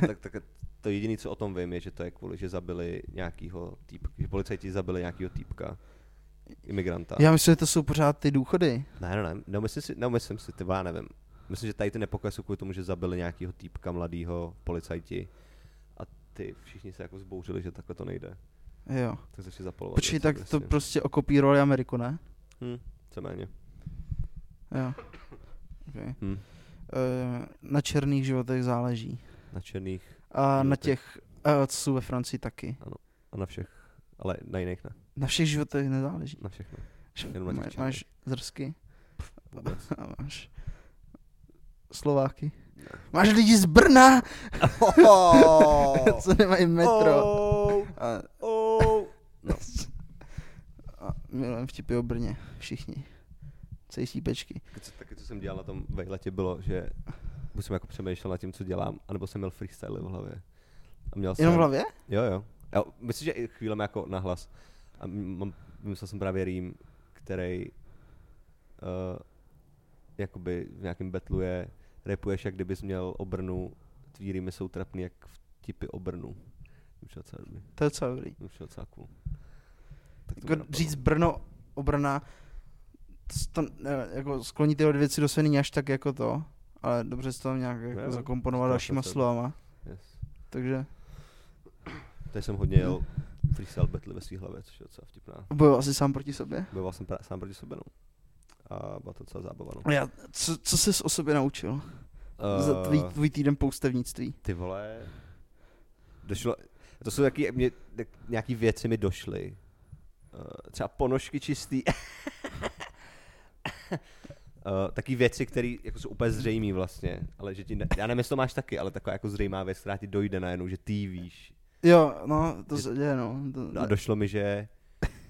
Speaker 2: tak, tak to jediné, co o tom vím, je, že to je kvůli, že zabili nějakýho týpka, že policajti zabili nějakýho týpka, imigranta.
Speaker 1: Já myslím, že to jsou pořád ty důchody.
Speaker 2: Ne, ne, ne, nemyslím si, nemyslím si, ty vole, já nevím. Myslím, že tady ty nepokoje jsou kvůli tomu, že zabili nějakého týpka mladýho policajti a ty všichni se jako zbouřili, že takhle to nejde.
Speaker 1: Jo.
Speaker 2: Tak začali zapalovat.
Speaker 1: Počkej,
Speaker 2: věci
Speaker 1: tak to
Speaker 2: prostě.
Speaker 1: prostě okopírovali Ameriku, ne?
Speaker 2: Hm, víceméně.
Speaker 1: Jo. Okay.
Speaker 2: Hm,
Speaker 1: Eh, Na černých životech záleží.
Speaker 2: na černých
Speaker 1: A na
Speaker 2: Životech.
Speaker 1: těch, eh, co jsou ve Francii taky.
Speaker 2: a na všech, ale na jiných ne,
Speaker 1: Na všech životech nezáleží.
Speaker 2: na všechno. Jenom na těch
Speaker 1: Máš,
Speaker 2: černých.
Speaker 1: máš zrsky [LAUGHS]
Speaker 2: Vůbec.
Speaker 1: a máš Slováky. Máš lidi z Brna, [LAUGHS] [LAUGHS] co nemají metro.
Speaker 2: Oh,
Speaker 1: A,
Speaker 2: oh.
Speaker 1: a milujem vtipy o Brně, všichni. Celý šípečky.
Speaker 2: Co, taky co jsem dělal na tom vejletě bylo, že buď jsem jako přemýšlel nad tím, co dělám, anebo jsem měl freestyle v hlavě. A měl
Speaker 1: Jenom v
Speaker 2: jsem-
Speaker 1: hlavě?
Speaker 2: Jo, jo. jo myslím, že i chvílem jako nahlas. A m- mám, vymyslel jsem právě rým, který uh, jakoby v nějakém betlu je, repuješ, jak kdybys měl obrnu, tvý rýmy jsou trapný, jak vtipy obrnu. Už je docela dobrý,
Speaker 1: To je docela dobrý.
Speaker 2: už je docela cool. to mě
Speaker 1: Jako
Speaker 2: napadlo.
Speaker 1: říct Brno, obrana, to, ne, jako skloní tyhle dvě věci do sebe není až tak jako to, ale dobře se to tam nějak
Speaker 2: Jo,
Speaker 1: jako
Speaker 2: jo.
Speaker 1: zakomponoval
Speaker 2: Stalo se
Speaker 1: dalšíma
Speaker 2: to.
Speaker 1: slovama.
Speaker 2: Yes.
Speaker 1: Takže
Speaker 2: Tady jsem hodně jel freestyle betly ve svý hlavě, což je docela vtipná.
Speaker 1: bojoval asi sám proti sobě.
Speaker 2: Bojoval jsem pra- sám proti sobě, no. A byla to docela zábava, no.
Speaker 1: A já, co, co jsi o sobě naučil? Uh, za tvůj,
Speaker 2: Eh,
Speaker 1: tvůj týden poustevnictví.
Speaker 2: Ty vole. Došlo, to jsou taky, mě, tak nějaký věci mi došly. Eh, Třeba ponožky čistý. [LAUGHS] Uh, taky věci, které jako jsou úplně zřejmé vlastně, ale že ti ne, já nevím, jestli to máš taky, ale taková jako zřejmá věc, která ti dojde najednou, že ty ji víš.
Speaker 1: Jo, no, to
Speaker 2: Že-
Speaker 1: se děje, no. To,
Speaker 2: No a došlo mi, že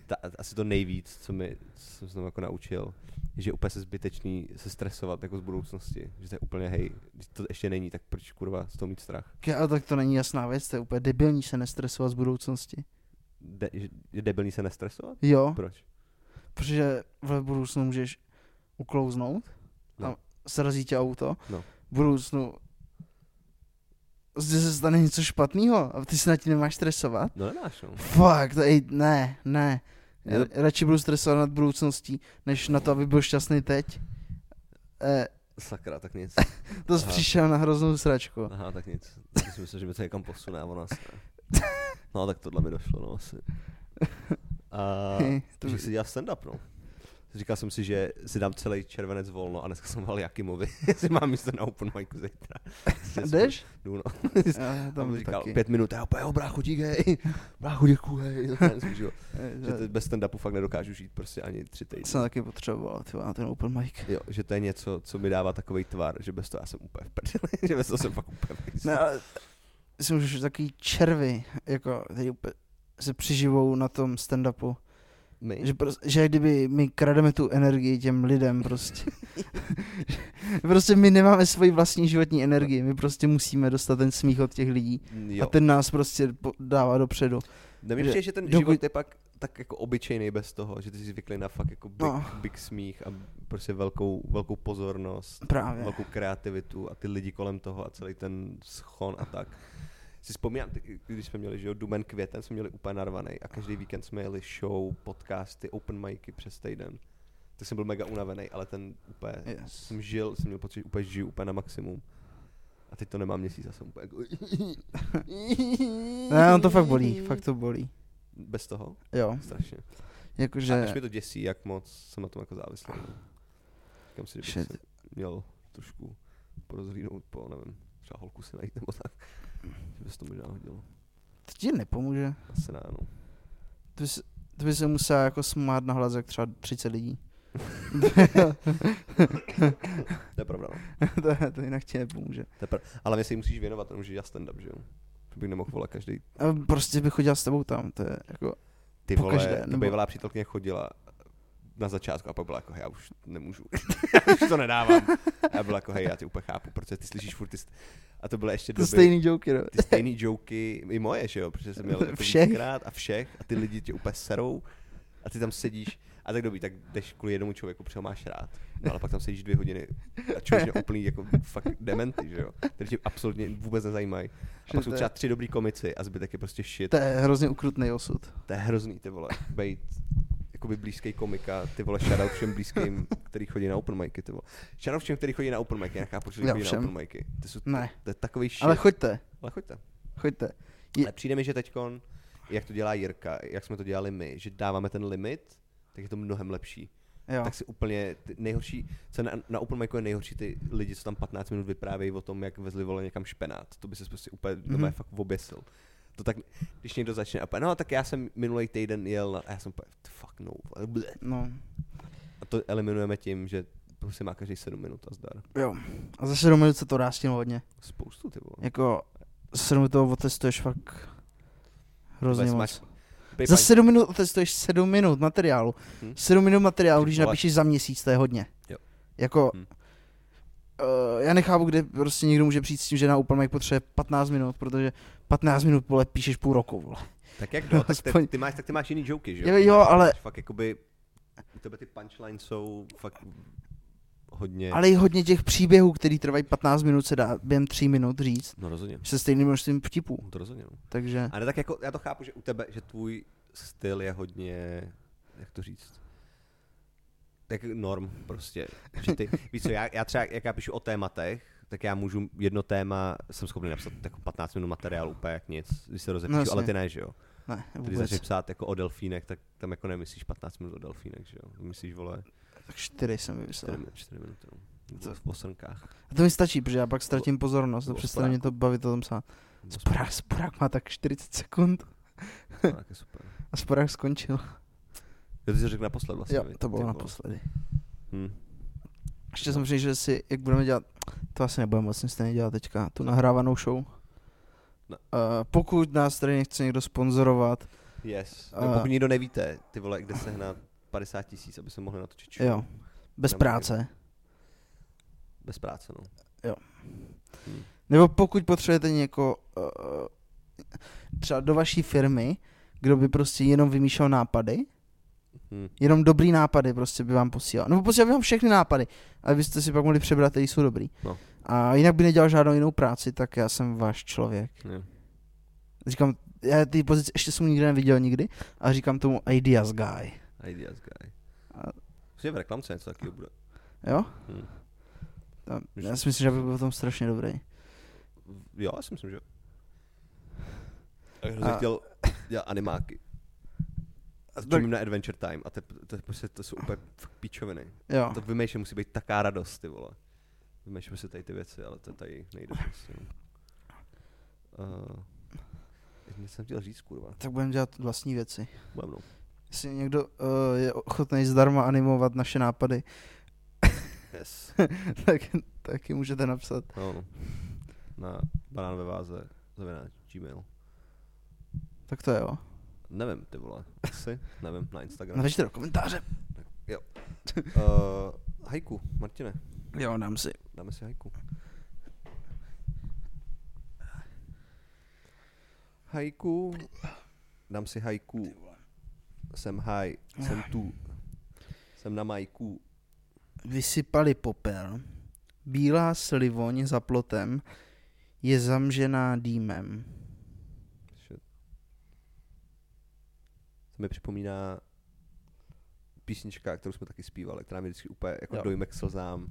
Speaker 2: ta, asi to nejvíc, co mi co jsem se tam jako naučil, je, že je úplně se zbytečný se stresovat jako z budoucnosti, že to je úplně hej, když to ještě není, tak proč kurva z toho mít strach.
Speaker 1: K- ale tak to není jasná věc, to je úplně debilní se nestresovat z budoucnosti.
Speaker 2: De, že je debilní se nestresovat?
Speaker 1: Jo,
Speaker 2: Proč?
Speaker 1: protože v budoucnu můžeš uklouznout,
Speaker 2: No.
Speaker 1: no. a srazí tě auto,
Speaker 2: No.
Speaker 1: v budoucnu že se stane něco špatného a ty se na tím nemáš stresovat.
Speaker 2: No nemáš, no.
Speaker 1: Fuck, to je, ne, ne.
Speaker 2: Je
Speaker 1: Já radši budu stresovat nad budoucností, než na to, aby byl šťastný teď. Eh,
Speaker 2: Sakra, tak nic.
Speaker 1: to jsi
Speaker 2: Aha. No,
Speaker 1: přišel na hroznou sračku.
Speaker 2: [LAUGHS] Aha, tak nic. Tak si myslím, že mi to někam posune, ono [LAUGHS] asi ne. No, tak tohle mi došlo, no asi. A
Speaker 1: Hej, [LAUGHS] to
Speaker 2: to že
Speaker 1: by-
Speaker 2: si dělal stand-up, no. Říkal jsem si, že si dám celý červenec volno a dneska jsem volal Jakimovi, [LAUGHS] jestli mám místo na open micu zítra.
Speaker 1: Jdeš?
Speaker 2: Jdu, no.
Speaker 1: Já, já
Speaker 2: Tam
Speaker 1: tam
Speaker 2: říkal
Speaker 1: taky.
Speaker 2: pět minut, já úplně, jo, brácho, dík, hej, brácho, děkuji, hej. [LAUGHS] To já nesmím, že jo.
Speaker 1: Eh,
Speaker 2: že to bez stand-upu fakt nedokážu žít prostě ani tři týdny.
Speaker 1: To jsem taky potřeboval, ty vole, na ten open mic.
Speaker 2: Jo, že to je něco, co mi dává takový tvar, že bez toho já jsem úplně v prdeli, [LAUGHS] že bez toho jsem fakt úplně v prdeli.
Speaker 1: Ne, No, ale myslím, že takový červy, jako tady úplně se přiživou na tom stand-upu.
Speaker 2: My?
Speaker 1: Že, prost, že jak kdyby my krademe tu energii těm lidem
Speaker 2: [LAUGHS]
Speaker 1: prostě. [LAUGHS] prostě my nemáme svoji vlastní životní energii, my prostě musíme dostat ten smích od těch lidí.
Speaker 2: jo.
Speaker 1: A ten nás prostě po- dává dopředu.
Speaker 2: Ne, mi
Speaker 1: Že
Speaker 2: přijde, že ten
Speaker 1: dokud-
Speaker 2: život je pak tak jako obyčejný bez toho, že ty jsi zvyklý na fakt jako big,
Speaker 1: No.
Speaker 2: big smích a prostě velkou, velkou pozornost,
Speaker 1: Právě.
Speaker 2: velkou kreativitu a ty lidi kolem toho a celý ten schon a tak. Si vzpomínám, ty- když jsme měli, že jo, Dumen květen, jsme měli úplně narvaný a každý víkend jsme jeli show, podcasty, open micy přes týden. Tak jsem byl mega unavený, ale ten úplně,
Speaker 1: Yes.
Speaker 2: jsem žil, jsem měl pocit, že úplně žiju úplně na maximum. A teď to nemám měsíc a jsem úplně jako
Speaker 1: [LAUGHS] Ne, on No, to fakt bolí, fakt to bolí.
Speaker 2: bez toho,
Speaker 1: Jo,
Speaker 2: strašně.
Speaker 1: jakože...
Speaker 2: Že... Až mi to děsí, jak moc jsem na tom jako závislý. no. Říkám si, že bych
Speaker 1: Ah. Shit.
Speaker 2: se měl trošku porozhlídnout po, nevím, třeba holku si najít nebo tak. Že by se to možná hodilo.
Speaker 1: To ti nepomůže.
Speaker 2: Asi ne, no.
Speaker 1: To by, se, to by se musel jako smát na hlas jak třeba 30
Speaker 2: [LAUGHS]
Speaker 1: lidí.
Speaker 2: To je pravda, no.
Speaker 1: [LAUGHS] to, to jinak ti nepomůže.
Speaker 2: To je prav... Ale mě se jí musíš věnovat, to nemůžeš dělat stand-up, že jo? To bych nemohl volat každý.
Speaker 1: A prostě bych chodil s tebou tam, to je jako...
Speaker 2: Ty
Speaker 1: Po
Speaker 2: vole,
Speaker 1: každé,
Speaker 2: to
Speaker 1: nebo-
Speaker 2: bývalá přítelkyně chodila na začátku a pak byla jako, hej, já už
Speaker 1: [LAUGHS]
Speaker 2: nemůžu, já už to nedávám. A já byla jako, hej, já tě úplně chápu, protože ty slyšíš furt ty... St... A to byla ještě
Speaker 1: To
Speaker 2: doby,
Speaker 1: stejný joky, no. [LAUGHS]
Speaker 2: ty stejný joky, i moje, že jo, protože jsem měl jako
Speaker 1: Všech.
Speaker 2: víckrát a všech a ty lidi tě úplně serou a ty tam sedíš a tak dobrý, tak jdeš kvůli jednomu člověku, protože ho máš rád, no, ale pak tam sedíš dvě hodiny a člověk je úplný jako fakt dementy, že jo, který tě absolutně vůbec nezajímají. A pak
Speaker 1: to
Speaker 2: jsou
Speaker 1: je-
Speaker 2: třeba tři dobrý komici a zbytek je prostě shit.
Speaker 1: To je hrozně ukrutný osud.
Speaker 2: To je hrozný, ty vole, bejt jakoby blízký komika, ty vole, shoutout všem blízkým, který chodí na open micy, ty vole. Shoutout všem, který chodí na open micy, já nechápu,
Speaker 1: Já
Speaker 2: že lidi chodí na
Speaker 1: všem.
Speaker 2: open micy. To, jsou,
Speaker 1: Ne.
Speaker 2: to, to je takový shit,
Speaker 1: Ale choďte,
Speaker 2: ale choďte.
Speaker 1: choďte. Je-
Speaker 2: Ale přijde mi, že teďkon, jak to dělá Jirka, jak jsme to dělali my, že dáváme ten limit, tak je to mnohem lepší.
Speaker 1: Jo.
Speaker 2: Jo. Tak si úplně ty nejhorší, co na, na open micu je nejhorší ty lidi, co tam 15 minut vyprávějí o tom, jak vezli vole někam špenát. To by se prostě úplně mm-hmm.
Speaker 1: Mhm.
Speaker 2: doma fakt oběsil. To tak, když někdo začne a úplně, no tak já jsem minulý týden jel na, a já jsem úplně, fuck no. vole, bleh."
Speaker 1: No,
Speaker 2: A to eliminujeme tím, že prostě má každý 7 minut a zdar.
Speaker 1: jo. A za 7 minut se to rástilo hodně.
Speaker 2: Spoustu ty vole.
Speaker 1: Jako, za 7 minut toho otestuješ fakt hrozně
Speaker 2: Vůbec
Speaker 1: moc.
Speaker 2: Prej
Speaker 1: Za
Speaker 2: paň-
Speaker 1: 7 minut otestuješ 7 minut materiálu.
Speaker 2: Hm.
Speaker 1: 7 minut materiálu,
Speaker 2: Ty
Speaker 1: když
Speaker 2: vole.
Speaker 1: napíšeš za měsíc, to je hodně.
Speaker 2: Jo.
Speaker 1: Jako,
Speaker 2: Hm.
Speaker 1: eh, já nechápu, kde prostě někdo může přijít s tím, že na úplně potřebuje 15 minut, protože 15 minut, vole, píšeš půl roku, vole.
Speaker 2: Tak jak no, tak
Speaker 1: Aspoň-
Speaker 2: ty, ty, máš, tak ty máš jiný joky, že
Speaker 1: Jo, jo,
Speaker 2: Máš-
Speaker 1: ale-
Speaker 2: máš Fakt jakoby, u tebe ty punchlines jsou fakt hodně...
Speaker 1: Ale i hodně těch příběhů, který trvají 15 minut, se dá během 3 minut říct
Speaker 2: No rozhodně,
Speaker 1: se stejným množstvím vtipů.
Speaker 2: to rozhodně. No.
Speaker 1: Takže
Speaker 2: A ne, tak jako, já to chápu, že u tebe, že tvůj styl je hodně, jak to říct, tak norm prostě. Že
Speaker 1: [LAUGHS]
Speaker 2: ty, víš co, já, já třeba, jak já píšu o tématech, tak já můžu jedno téma, jsem schopný napsat jako 15 minut materiálu úplně jak nic, když se rozepíšu,
Speaker 1: No, jasně.
Speaker 2: ale ty ne, že jo.
Speaker 1: ne,
Speaker 2: Když
Speaker 1: vůbec.
Speaker 2: začneš psát jako o delfínech, tak tam jako nemyslíš 15 minut o delfínech, že jo. Myslíš, vole,
Speaker 1: Tak 4 jsem
Speaker 2: 4,
Speaker 1: vymyslel.
Speaker 2: minuty, 4 minuty. No.
Speaker 1: Co?
Speaker 2: Co? V osrnkách.
Speaker 1: A to mi stačí, protože já pak ztratím pozornost a
Speaker 2: Nebo
Speaker 1: přestane mě to bavit o tom psát.
Speaker 2: Nebo
Speaker 1: Sporák, sporák má tak 40 sekund
Speaker 2: spánku, tak je super.
Speaker 1: a sporák skončil.
Speaker 2: Jo, ty jsi řekl naposled vlastně.
Speaker 1: Jo,
Speaker 2: viď?
Speaker 1: to bylo
Speaker 2: Ty vole.
Speaker 1: naposledy.
Speaker 2: Hm.
Speaker 1: Ještě jsem přemýšlel, že si, jak budeme dělat, to asi nebudeme moc nic stejně dělat teďka, tu nahrávanou show.
Speaker 2: Ne.
Speaker 1: Uh, pokud nás tady nechce někdo sponzorovat,
Speaker 2: Yes.
Speaker 1: A-
Speaker 2: Uh. Pokud nikdo nevíte, ty vole, kde sehnat 50 tisíc, aby se mohli natočit show.
Speaker 1: jo, bez
Speaker 2: Nebo-
Speaker 1: práce.
Speaker 2: Bez práce, no.
Speaker 1: Nebo pokud potřebujete někoho uh, třeba do vaší firmy, kdo by prostě jenom vymýšlel nápady
Speaker 2: Hm.
Speaker 1: Jenom dobrý nápady prostě by vám posílal. Nebo posílal by vám všechny nápady, abyste si pak mohli přebrat, které jsou dobrý.
Speaker 2: No.
Speaker 1: A jinak by nedělal žádnou jinou práci, tak já jsem váš člověk.
Speaker 2: Jo.
Speaker 1: Říkám, já ty pozice ještě jsem nikdy neviděl nikdy a říkám tomu ideas guy.
Speaker 2: Ideas guy.
Speaker 1: A-
Speaker 2: Myslím, v reklamce něco takového bude.
Speaker 1: Jo?
Speaker 2: Hm.
Speaker 1: Tam- Já si myslím, že by byl v tom strašně dobrý.
Speaker 2: Jo, já si myslím, že jo. A
Speaker 1: A-
Speaker 2: hrozně chtěl dělat animáky. A to
Speaker 1: Tak-
Speaker 2: na Adventure Time. A to, to, to, prostě- to jsou úplně fakt píčoviny.
Speaker 1: Jo.
Speaker 2: To vymýšlím, musí být taká radost, ty vole. Vymýšlím si tady ty věci, ale to tady nejde prostě. no. Uh, něco jsem chtěl říct, kurva.
Speaker 1: Tak budeme dělat vlastní věci.
Speaker 2: Budem, no.
Speaker 1: Jestli někdo uh, je ochotný zdarma animovat naše nápady, [LAUGHS]
Speaker 2: Yes.
Speaker 1: tak taky můžete napsat.
Speaker 2: No, no. Na banánové váze, zavináč, Gmail.
Speaker 1: Tak to jo.
Speaker 2: Nevím, ty vole. Asi, nevím, na Instagram.
Speaker 1: Napište do komentáře.
Speaker 2: Uh, hajku, Martine,
Speaker 1: Jo, dám si.
Speaker 2: dáme si hajku. Hajku, dám si hajku. Jsem haj, jsem tu. Jsem na majku.
Speaker 1: Vysypali popel. Bílá slivoň za plotem je zamžená dýmem.
Speaker 2: Shit. To mi připomíná písnička, kterou jsme taky zpívali, která mi vždycky úplně jako
Speaker 1: Jo.
Speaker 2: jo. dojme k slzám,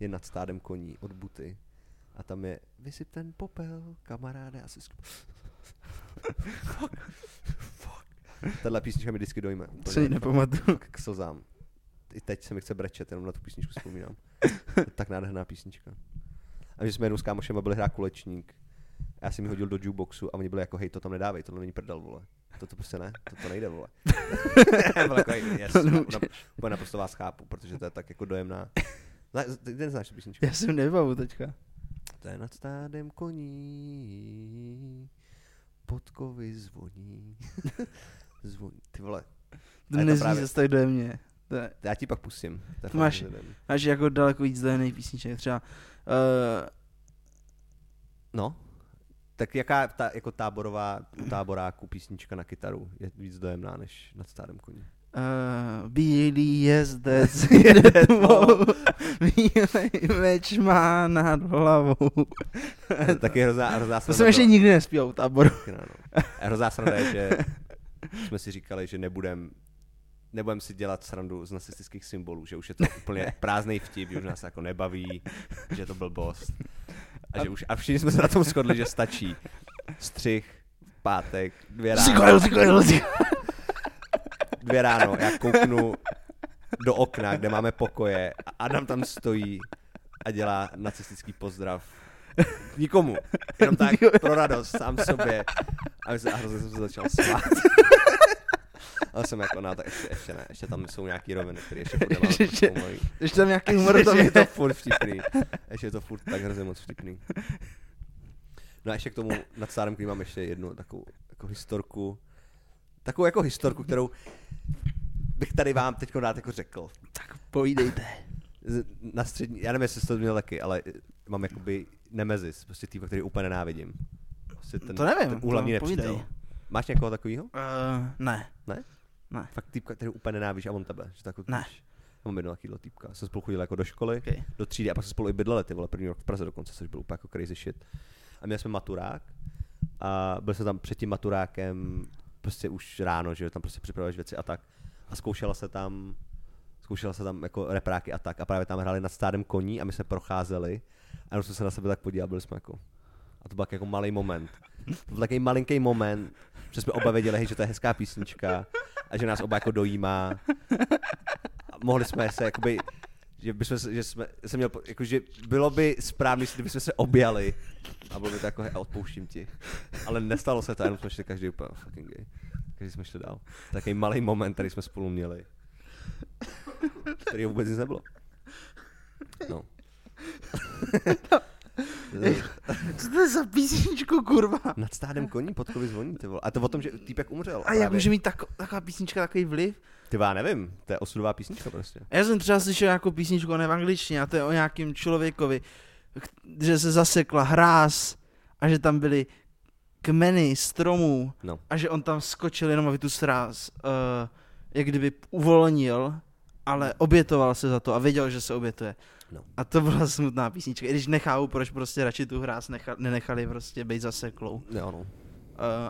Speaker 2: je nad stádem koní od buty. A tam je, vysyp ten popel, kamaráde, a si skup... [LAUGHS] Fuck. Fuck. Tahle písnička mi vždycky dojme. Úplně
Speaker 1: Co ji
Speaker 2: fakt
Speaker 1: nepamatuju. [LAUGHS]
Speaker 2: k slzám. I teď se mi chce brečet, jenom na tu písničku [LAUGHS] vzpomínám. tak nádherná písnička. A že jsme jednou s kámošem byli hrát kulečník. A já jsem ji hodil do jukeboxu a oni byli jako, hej, to tam nedávej, tohle není prdel, vole. To to prostě ne, to, to nejde, [LAUGHS] vole. Já byl jako, hej, yes,
Speaker 1: To
Speaker 2: na-
Speaker 1: nemůžeš.
Speaker 2: na- úplně naprosto vás chápu, protože to je tak jako dojemná. Zna, ty ty neznáš tu písničku?
Speaker 1: Já jsem nebavu teďka.
Speaker 2: To je nad stádem koní, podkovy [LAUGHS] zvoní. zvoní. Ty vole,
Speaker 1: To
Speaker 2: Ale to
Speaker 1: nezní právě...
Speaker 2: právě-
Speaker 1: zase tak dojemně. To je,
Speaker 2: já ti pak pustím. To je fakt
Speaker 1: Máš-
Speaker 2: jeden.
Speaker 1: máš jako daleko víc dojemnej písniček. Třeba uh,
Speaker 2: No, tak jaká ta, jako táborová, u táboráku písnička na kytaru je víc dojemná než nad
Speaker 1: [LAUGHS]
Speaker 2: stádem koní?
Speaker 1: Uh, bílý [LAUGHS] jezdec no. jede tmou, bílej meč má nad [LAUGHS] hlavou.
Speaker 2: Eh, tak je hrozná, hrozná
Speaker 1: To jsem ještě
Speaker 2: byla-
Speaker 1: nikdy nespěl u táboru.
Speaker 2: Kina, no. A Hrozná sranda je, že jsme si říkali, že nebudem, nebudem si dělat srandu z nacistických symbolů, že
Speaker 1: [LAUGHS]
Speaker 2: už je to úplně prázdný vtip, že už nás jako nebaví, že je to byl boss. A, že už, a všichni jsme se na tom shodli, že stačí střih, pátek, dvě ráno.
Speaker 1: Siklel, siklel, siklel.
Speaker 2: dvě ráno, já kouknu do okna, kde máme pokoje a Adam tam stojí a dělá nacistický pozdrav. Nikomu. Jenom tak pro radost, sám sobě. A, my se, a hrozně jsem se začal smát. Ale jsem jako, no, tak ještě, ještě ne, ještě tam jsou nějaký roviny, které ještě podle
Speaker 1: Ještě- Ještě tam nějaký
Speaker 2: [LAUGHS]
Speaker 1: humor tam
Speaker 2: ještě
Speaker 1: je. [LAUGHS]
Speaker 2: je to furt vtipný. Ještě je to furt tak hrozně moc vtipný. No a ještě k tomu nad stárem klím mám ještě jednu takovou jako historku. Takovou jako historku, kterou bych tady vám teď rád jako řekl.
Speaker 1: Povídejte.
Speaker 2: Z- Na střední, já nevím, jestli jsi to měl taky, ale eh, mám jakoby nemezis, prostě týpa, který úplně nenávidím. Prostě ten,
Speaker 1: To nevím,
Speaker 2: ten
Speaker 1: to
Speaker 2: úhlavní
Speaker 1: povídej.
Speaker 2: nepřítel. Máš někoho takového?
Speaker 1: Uh, ne.
Speaker 2: Ne?
Speaker 1: Ne.
Speaker 2: Fakt týpka, který úplně nenávíš a on tebe. Že tak jako
Speaker 1: Ne.
Speaker 2: když- Já mám jednoho takového týpka. Jsem spolu chodil jako do školy,
Speaker 1: Okay.
Speaker 2: do třídy a pak jsme spolu i bydleli, ty vole, první rok v Praze dokonce, což byl úplně jako crazy shit. A měli jsme maturák a byl jsem tam před tím maturákem prostě už ráno, že jo, tam prostě připravuješ věci a tak. A zkoušela se tam, zkoušela se tam jako repráky a tak a právě tam hráli nad stádem koní a my se procházeli a jenom jsme se na sebe tak podívali, byli jsme jako a to byl tak jako malý moment. To byl takový malinký moment, že jsme oba věděli, hej, že to je hezká písnička a že nás oba jako dojímá. A mohli jsme se jakoby, že bychom, se- že jsme, jsem měl, po- jako, že bylo by správný, jestli bychom se objali a bylo by to jako, hej, a odpouštím ti. Ale nestalo se to, jenom jsme šli každý úplně fucking gay. Každý jsme šli dál. Takový malý moment, který jsme spolu měli. Který vůbec nic nebylo. No. [LAUGHS]
Speaker 1: Co to je za písničku, kurva?
Speaker 2: Nad stádem koní podkovy zvoní, ty vole. A to o tom, že týpek umřel.
Speaker 1: A jak
Speaker 2: právě.
Speaker 1: může mít tako, taková písnička takový vliv?
Speaker 2: Ty vole, já nevím, to je osudová písnička prostě.
Speaker 1: A já jsem třeba slyšel nějakou písničku, ne v angličtině, a to je o nějakým člověkovi, k- že se zasekla hráz a že tam byly kmeny stromů
Speaker 2: No.
Speaker 1: a že on tam skočil jenom aby tu sráz. Uh, jak kdyby uvolnil, ale obětoval se za to a věděl, že se obětuje.
Speaker 2: No.
Speaker 1: A to byla smutná písnička, i když nechápu, proč prostě radši tu hráz necha- nenechali prostě být zaseklou. Uh,
Speaker 2: Jo, no.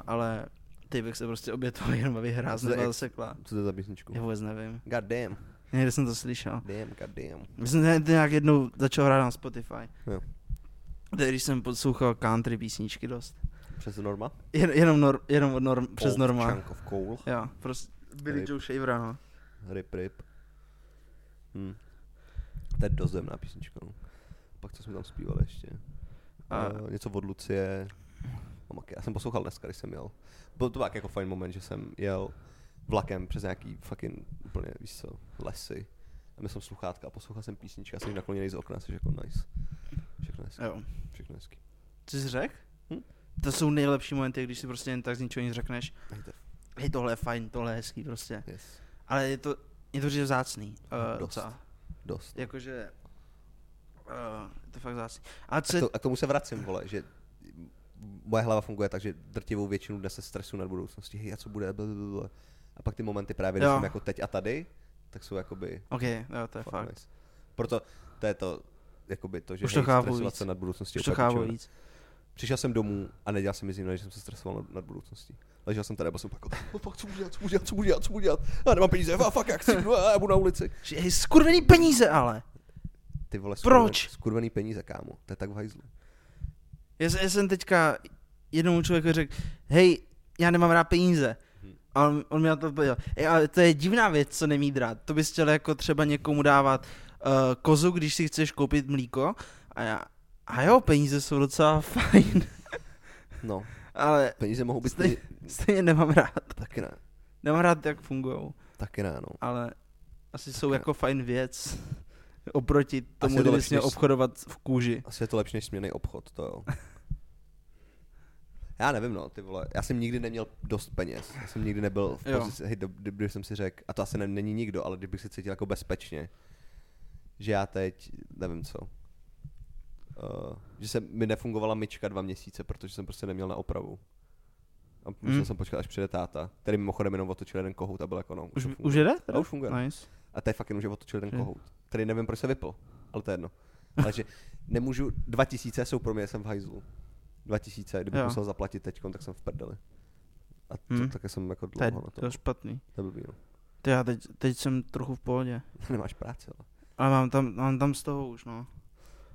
Speaker 1: ale ty bych se prostě obětoval jenom, aby hráz
Speaker 2: To je
Speaker 1: nebyla
Speaker 2: ex-
Speaker 1: zaseklá.
Speaker 2: Co to je za písničku?
Speaker 1: Já vůbec nevím.
Speaker 2: God damn.
Speaker 1: Někde jsem to slyšel.
Speaker 2: Damn, god damn.
Speaker 1: Já jsem to nějak jednou začal hrát na Spotify.
Speaker 2: Jo.
Speaker 1: Tady, Když jsem poslouchal country písničky dost.
Speaker 2: Přes Norma?
Speaker 1: Jen, jenom, nor, jenom od norm, přes
Speaker 2: Old
Speaker 1: normál.
Speaker 2: Chunk of coal.
Speaker 1: Jo, prostě Billy
Speaker 2: Rip.
Speaker 1: Joe Shaver, no.
Speaker 2: Rip, rip. Hm. To je dost zemná písnička. No. Pak co jsme tam zpívali ještě?
Speaker 1: A-
Speaker 2: A... něco od Lucie. O maky. Já jsem poslouchal dneska, když jsem jel. Byl to tak jako fajn moment, že jsem jel vlakem přes nějaký fucking úplně, víš co, lesy. A měl jsem sluchátka a poslouchal jsem písničky a jsem jim nakloněný z okna, což jako nice. Všechno hezky,
Speaker 1: Jo.
Speaker 2: všechno hezky.
Speaker 1: Co jsi řekl?
Speaker 2: Hm?
Speaker 1: To jsou nejlepší momenty, když si prostě jen tak z ničeho nic řekneš,
Speaker 2: Hejte.
Speaker 1: hej, tohle je fajn, tohle je hezký prostě.
Speaker 2: Yes.
Speaker 1: Ale je to, je to určitě vzácný. Uh,
Speaker 2: No, Dost.
Speaker 1: docela.
Speaker 2: Dost.
Speaker 1: Jakože, uh, je to fakt vzácný. A co
Speaker 2: A,
Speaker 1: je,
Speaker 2: to, a k tomu se vracím, vole, že moje hlava funguje tak, že drtivou většinu dne se stresu nad budoucností, hej, a co bude, blablabla. A pak ty momenty právě, když
Speaker 1: Jo.
Speaker 2: jsem jako teď a tady, tak jsou jakoby
Speaker 1: ok, jo, to je
Speaker 2: fakt
Speaker 1: fakt.
Speaker 2: nice. Proto to je to, jakoby to, že
Speaker 1: Už to
Speaker 2: hej,
Speaker 1: chápu
Speaker 2: stresovat
Speaker 1: víc.
Speaker 2: se nad budoucností.
Speaker 1: Už to
Speaker 2: úplně
Speaker 1: chápu
Speaker 2: pičovina.
Speaker 1: víc.
Speaker 2: Přišel jsem domů a nedělal jsem nic jiného, že jsem se stresoval nad, nad budoucností. Ležel jsem tady a byl jsem jako, no fuck, co budu dělat, co budu dělat, co budu dělat, co budu dělat, a nemám peníze, a fuck, jak chci, no, a já budu na ulici.
Speaker 1: Že, hej, skurvený peníze ale.
Speaker 2: Ty vole,
Speaker 1: Proč?
Speaker 2: skurvený- skurvený peníze, kámo, to je tak v hajzlu.
Speaker 1: Já, s- já jsem teďka jednomu člověku řekl, hej, já nemám rád peníze. A on, on mi na to odpověděl, "Ej, ale to je divná věc, co nemít rád. To bys chtěl jako třeba někomu dávat uh, kozu, když si chceš koupit mlíko. A já, a jo, peníze jsou docela [LAUGHS] fajn,
Speaker 2: No,
Speaker 1: ale
Speaker 2: peníze mohou být
Speaker 1: Stej-
Speaker 2: Stej...
Speaker 1: stejně nemám rád.
Speaker 2: taky ne,
Speaker 1: Nemám rád, jak fungují,
Speaker 2: taky ne, no.
Speaker 1: ale asi jsou jako fajn věc oproti tomu,
Speaker 2: to
Speaker 1: kdyby
Speaker 2: lepší,
Speaker 1: jsi měl
Speaker 2: než-
Speaker 1: obchodovat v kůži.
Speaker 2: Asi je to lepší než směný obchod, to jo. Já nevím, no, ty vole. Já jsem nikdy neměl dost peněz. Já jsem nikdy nebyl v
Speaker 1: Jo.
Speaker 2: pozici, hej, do- kdy- když jsem si řekl, a to asi ne, není nikdo, ale kdybych se cítil jako bezpečně, že já teď, nevím co, uh, že se mi nefungovala myčka dva měsíce, protože jsem prostě neměl na opravu. A musel
Speaker 1: Hmm.
Speaker 2: jsem počkat, až přijde táta, který mimochodem jenom otočil jeden kohout a byl jako, no, už,
Speaker 1: Už,
Speaker 2: to
Speaker 1: už
Speaker 2: funguje.
Speaker 1: jede?
Speaker 2: No, už funguje.
Speaker 1: Nice.
Speaker 2: A to je fakt jenom, že otočil ten
Speaker 1: Že-
Speaker 2: kohout, který nevím, proč se vypl, ale to je jedno.
Speaker 1: [LAUGHS]
Speaker 2: Ale že nemůžu, 2000 jsou pro mě, jsem v hajzlu. 2000, kdybych
Speaker 1: Jo.
Speaker 2: musel zaplatit teď, tak jsem v prdeli. A to
Speaker 1: Hmm.
Speaker 2: hmm. také jsem jako
Speaker 1: To je,
Speaker 2: dlouho na to.
Speaker 1: to je špatný.
Speaker 2: To je blbý, no. [LAUGHS]
Speaker 1: To já teď, teď jsem trochu v pohodě.
Speaker 2: Nemáš práci, ale
Speaker 1: Ale mám tam, mám tam z toho už, no.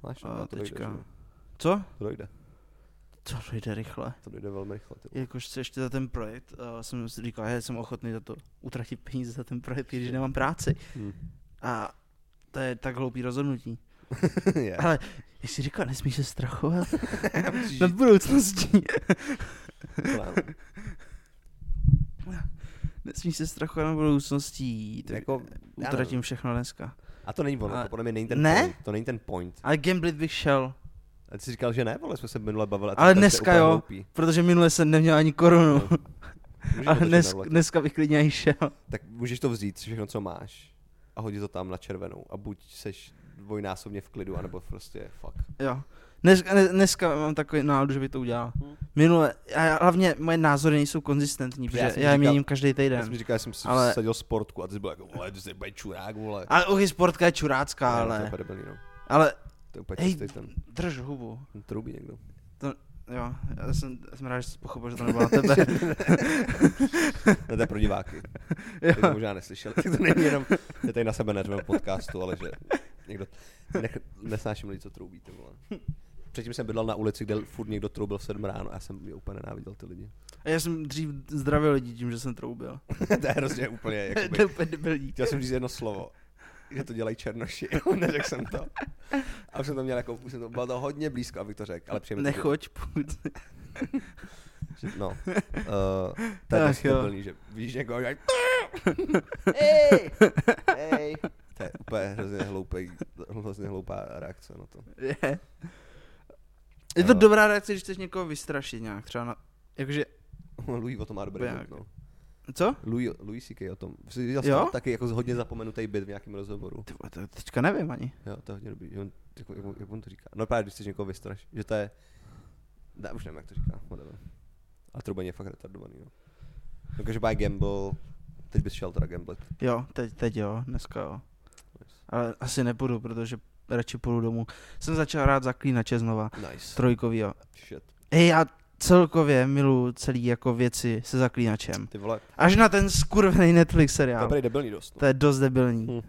Speaker 2: máš
Speaker 1: A
Speaker 2: no, a to dojde,
Speaker 1: teďka-
Speaker 2: že jo.
Speaker 1: Co?
Speaker 2: to dojde.
Speaker 1: To jde rychle.
Speaker 2: To dojde velmi rychle. Ty. vole.
Speaker 1: Jakož se ještě za ten projekt, uh, jsem si říkal, že jsem ochotný za to utratit peníze za ten projekt, i když nemám práci.
Speaker 2: Hmm.
Speaker 1: A to je tak hloupý rozhodnutí.
Speaker 2: [LAUGHS]
Speaker 1: [LAUGHS]
Speaker 2: je.
Speaker 1: Ale jak jsi říkal, nesmíš se
Speaker 2: [LAUGHS]
Speaker 1: strachovat
Speaker 2: Musíš
Speaker 1: nad
Speaker 2: žít
Speaker 1: budoucností.
Speaker 2: plán.
Speaker 1: [LAUGHS] nesmíš se strachovat nad budoucností. Tak
Speaker 2: jako, já nevím.
Speaker 1: utratím všechno dneska.
Speaker 2: A to není ono,
Speaker 1: Ale-
Speaker 2: to podle mě není ten
Speaker 1: Ne?
Speaker 2: point. To není ten point.
Speaker 1: Ale gamblit bych šel,
Speaker 2: A ty jsi říkal, že ne, vole, jsme se minule bavili. a ty
Speaker 1: Ale
Speaker 2: říkáš, že je
Speaker 1: dneska
Speaker 2: úplně
Speaker 1: jo.
Speaker 2: hloupý.
Speaker 1: protože minule jsem neměl ani korunu.
Speaker 2: No, Můžeš
Speaker 1: Ale
Speaker 2: otočit na
Speaker 1: dnes,
Speaker 2: ruletu.
Speaker 1: dneska bych klidně i šel.
Speaker 2: tak můžeš to vzít, všechno, co máš, a hodit to tam na červenou. A buď seš dvojnásobně v klidu, anebo prostě fuck.
Speaker 1: Jo. Dneska, dnes- dneska mám takový náladu, že by to udělal.
Speaker 2: Hm.
Speaker 1: Minule, a já- hlavně moje názory nejsou konzistentní,
Speaker 2: Protože já
Speaker 1: protože
Speaker 2: jsem
Speaker 1: já je
Speaker 2: říkal-
Speaker 1: měním každý
Speaker 2: Já jsem
Speaker 1: týden.
Speaker 2: říkal, že jsem si
Speaker 1: Ale-
Speaker 2: ale... sadil sportku a ty jsi byl jako, vole, ty jsi úplně čurák, vole.
Speaker 1: Ale uhy sportka je čurácká,
Speaker 2: Ne, To je
Speaker 1: ale,
Speaker 2: úplně debilní, no.
Speaker 1: ale
Speaker 2: To je úplně
Speaker 1: Hej,
Speaker 2: čistý ten,
Speaker 1: drž hubu.
Speaker 2: ten trubí někdo.
Speaker 1: Jo, já jsem, já jsem rád, že jsi pochopil, že to nebylo na tebe.
Speaker 2: [LAUGHS] No to je pro diváky. Ty to
Speaker 1: jo.
Speaker 2: možná neslyšel. Tak to není jenom, že tady na sebe neřvem v podcastu, ale že někdo, nech, nesnáším lidi, co troubí, ty vole. Předtím jsem bydlel na ulici, kde furt někdo troubil v sedm ráno a já jsem je úplně nenáviděl ty lidi.
Speaker 1: A já jsem dřív zdravil lidi tím, že jsem troubil.
Speaker 2: [LAUGHS] to je hrozně
Speaker 1: [LAUGHS]
Speaker 2: úplně, jakoby,
Speaker 1: to je úplně debilní.
Speaker 2: Chtěl jsem říct jedno slovo, že to dělají černoši, [LAUGHS] neřekl jsem to. A už jsem to měl jako, už jsem to, bylo to hodně blízko, abych to řekl, ale přijeme
Speaker 1: Nechoď, pokud...
Speaker 2: To, že, no, uh, to je
Speaker 1: Ach
Speaker 2: dost
Speaker 1: jo.
Speaker 2: debilní, že vidíš někoho, jak... Hej, hej. To je úplně hrozně, hloupý, hrozně hloupá reakce na to.
Speaker 1: Je. Je to
Speaker 2: Jo.
Speaker 1: dobrá reakce, když chceš někoho vystrašit nějak, třeba na... Jakože,
Speaker 2: Louis o tom má dobrý
Speaker 1: Úplně
Speaker 2: byt,
Speaker 1: jak-
Speaker 2: no.
Speaker 1: co?
Speaker 2: Louis, Louis C.K. o tom. Viděl jsem
Speaker 1: Jo?
Speaker 2: tam taky jako hodně zapomenutý byt v nějakém rozhovoru.
Speaker 1: Ty vole, to teďka nevím ani.
Speaker 2: Jo, to je hodně dobrý. že On, jako, jak, on- jak on to říká? No právě, když chceš někoho vystrašit, že to je... Ne, už nevím, jak to říká, whatever. A Trubaň je fakt retardovaný, no. No každopádně Gamble, Teď bys šel teda gamblet.
Speaker 1: Jo, teď, teď jo, dneska jo. Ale asi nepůjdu, protože radši půjdu domů. Jsem začal hrát zaklínače znova,
Speaker 2: Nice.
Speaker 1: trojkový jo.
Speaker 2: Shit.
Speaker 1: Hej, já celkově miluju celý jako věci se zaklínačem.
Speaker 2: Ty vole,
Speaker 1: Až na ten skurvený Netflix seriál.
Speaker 2: dobrý debilní dost. no.
Speaker 1: To je dost debilní.
Speaker 2: Hm.
Speaker 1: Hmm.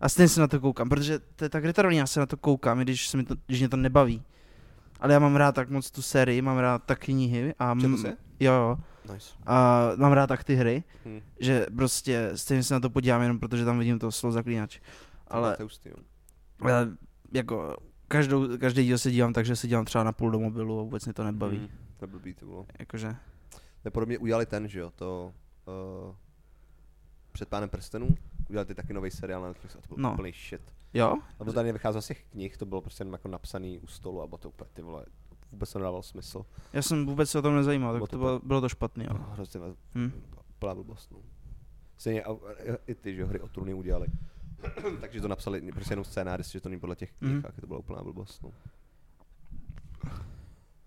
Speaker 1: A stejně se na to koukám, protože to je tak retardní, já se na to koukám, i když, se mi to, když mě to nebaví. Ale já mám rád tak moc tu sérii, mám rád tak knihy a... m-
Speaker 2: Četl jsi?
Speaker 1: Jo, jo.
Speaker 2: Nice.
Speaker 1: A mám rád tak ty hry,
Speaker 2: Hm.
Speaker 1: že prostě stejně se na to podívám jenom protože tam vidím to slovo zaklínač. Ale,
Speaker 2: To je hustý, jo.
Speaker 1: ale jako každou, každý díl se dívám tak, že se dívám třeba na půl do mobilu a vůbec mě to nebaví. Hmm.
Speaker 2: Hm, To je blbý, to bylo.
Speaker 1: Jakože,
Speaker 2: Nepodobně udělali ten, že jo, to uh, před pánem prstenů. Udělali ty taky nový seriál na Netflixu a to byl no.
Speaker 1: No.
Speaker 2: úplný shit.
Speaker 1: jo?
Speaker 2: A to tady nevycházelo z těch knih, to bylo prostě jenom jako napsaný u stolu a bylo to úplně ty vole, vůbec to nedával smysl.
Speaker 1: Já jsem vůbec se o tom nezajímal,
Speaker 2: Bylo
Speaker 1: tak
Speaker 2: to
Speaker 1: to bylo, bylo to špatný,
Speaker 2: No,
Speaker 1: jo.
Speaker 2: hrozně vás-
Speaker 1: Hm.
Speaker 2: plá blbost, no. Stejně a, a, i ty, že jo, hry o trůny udělali. [CLEARS THROAT] Takže to napsali prostě jenom scénář, že to není podle těch knih,
Speaker 1: Mhm.
Speaker 2: mm. to byla úplná blbost, no.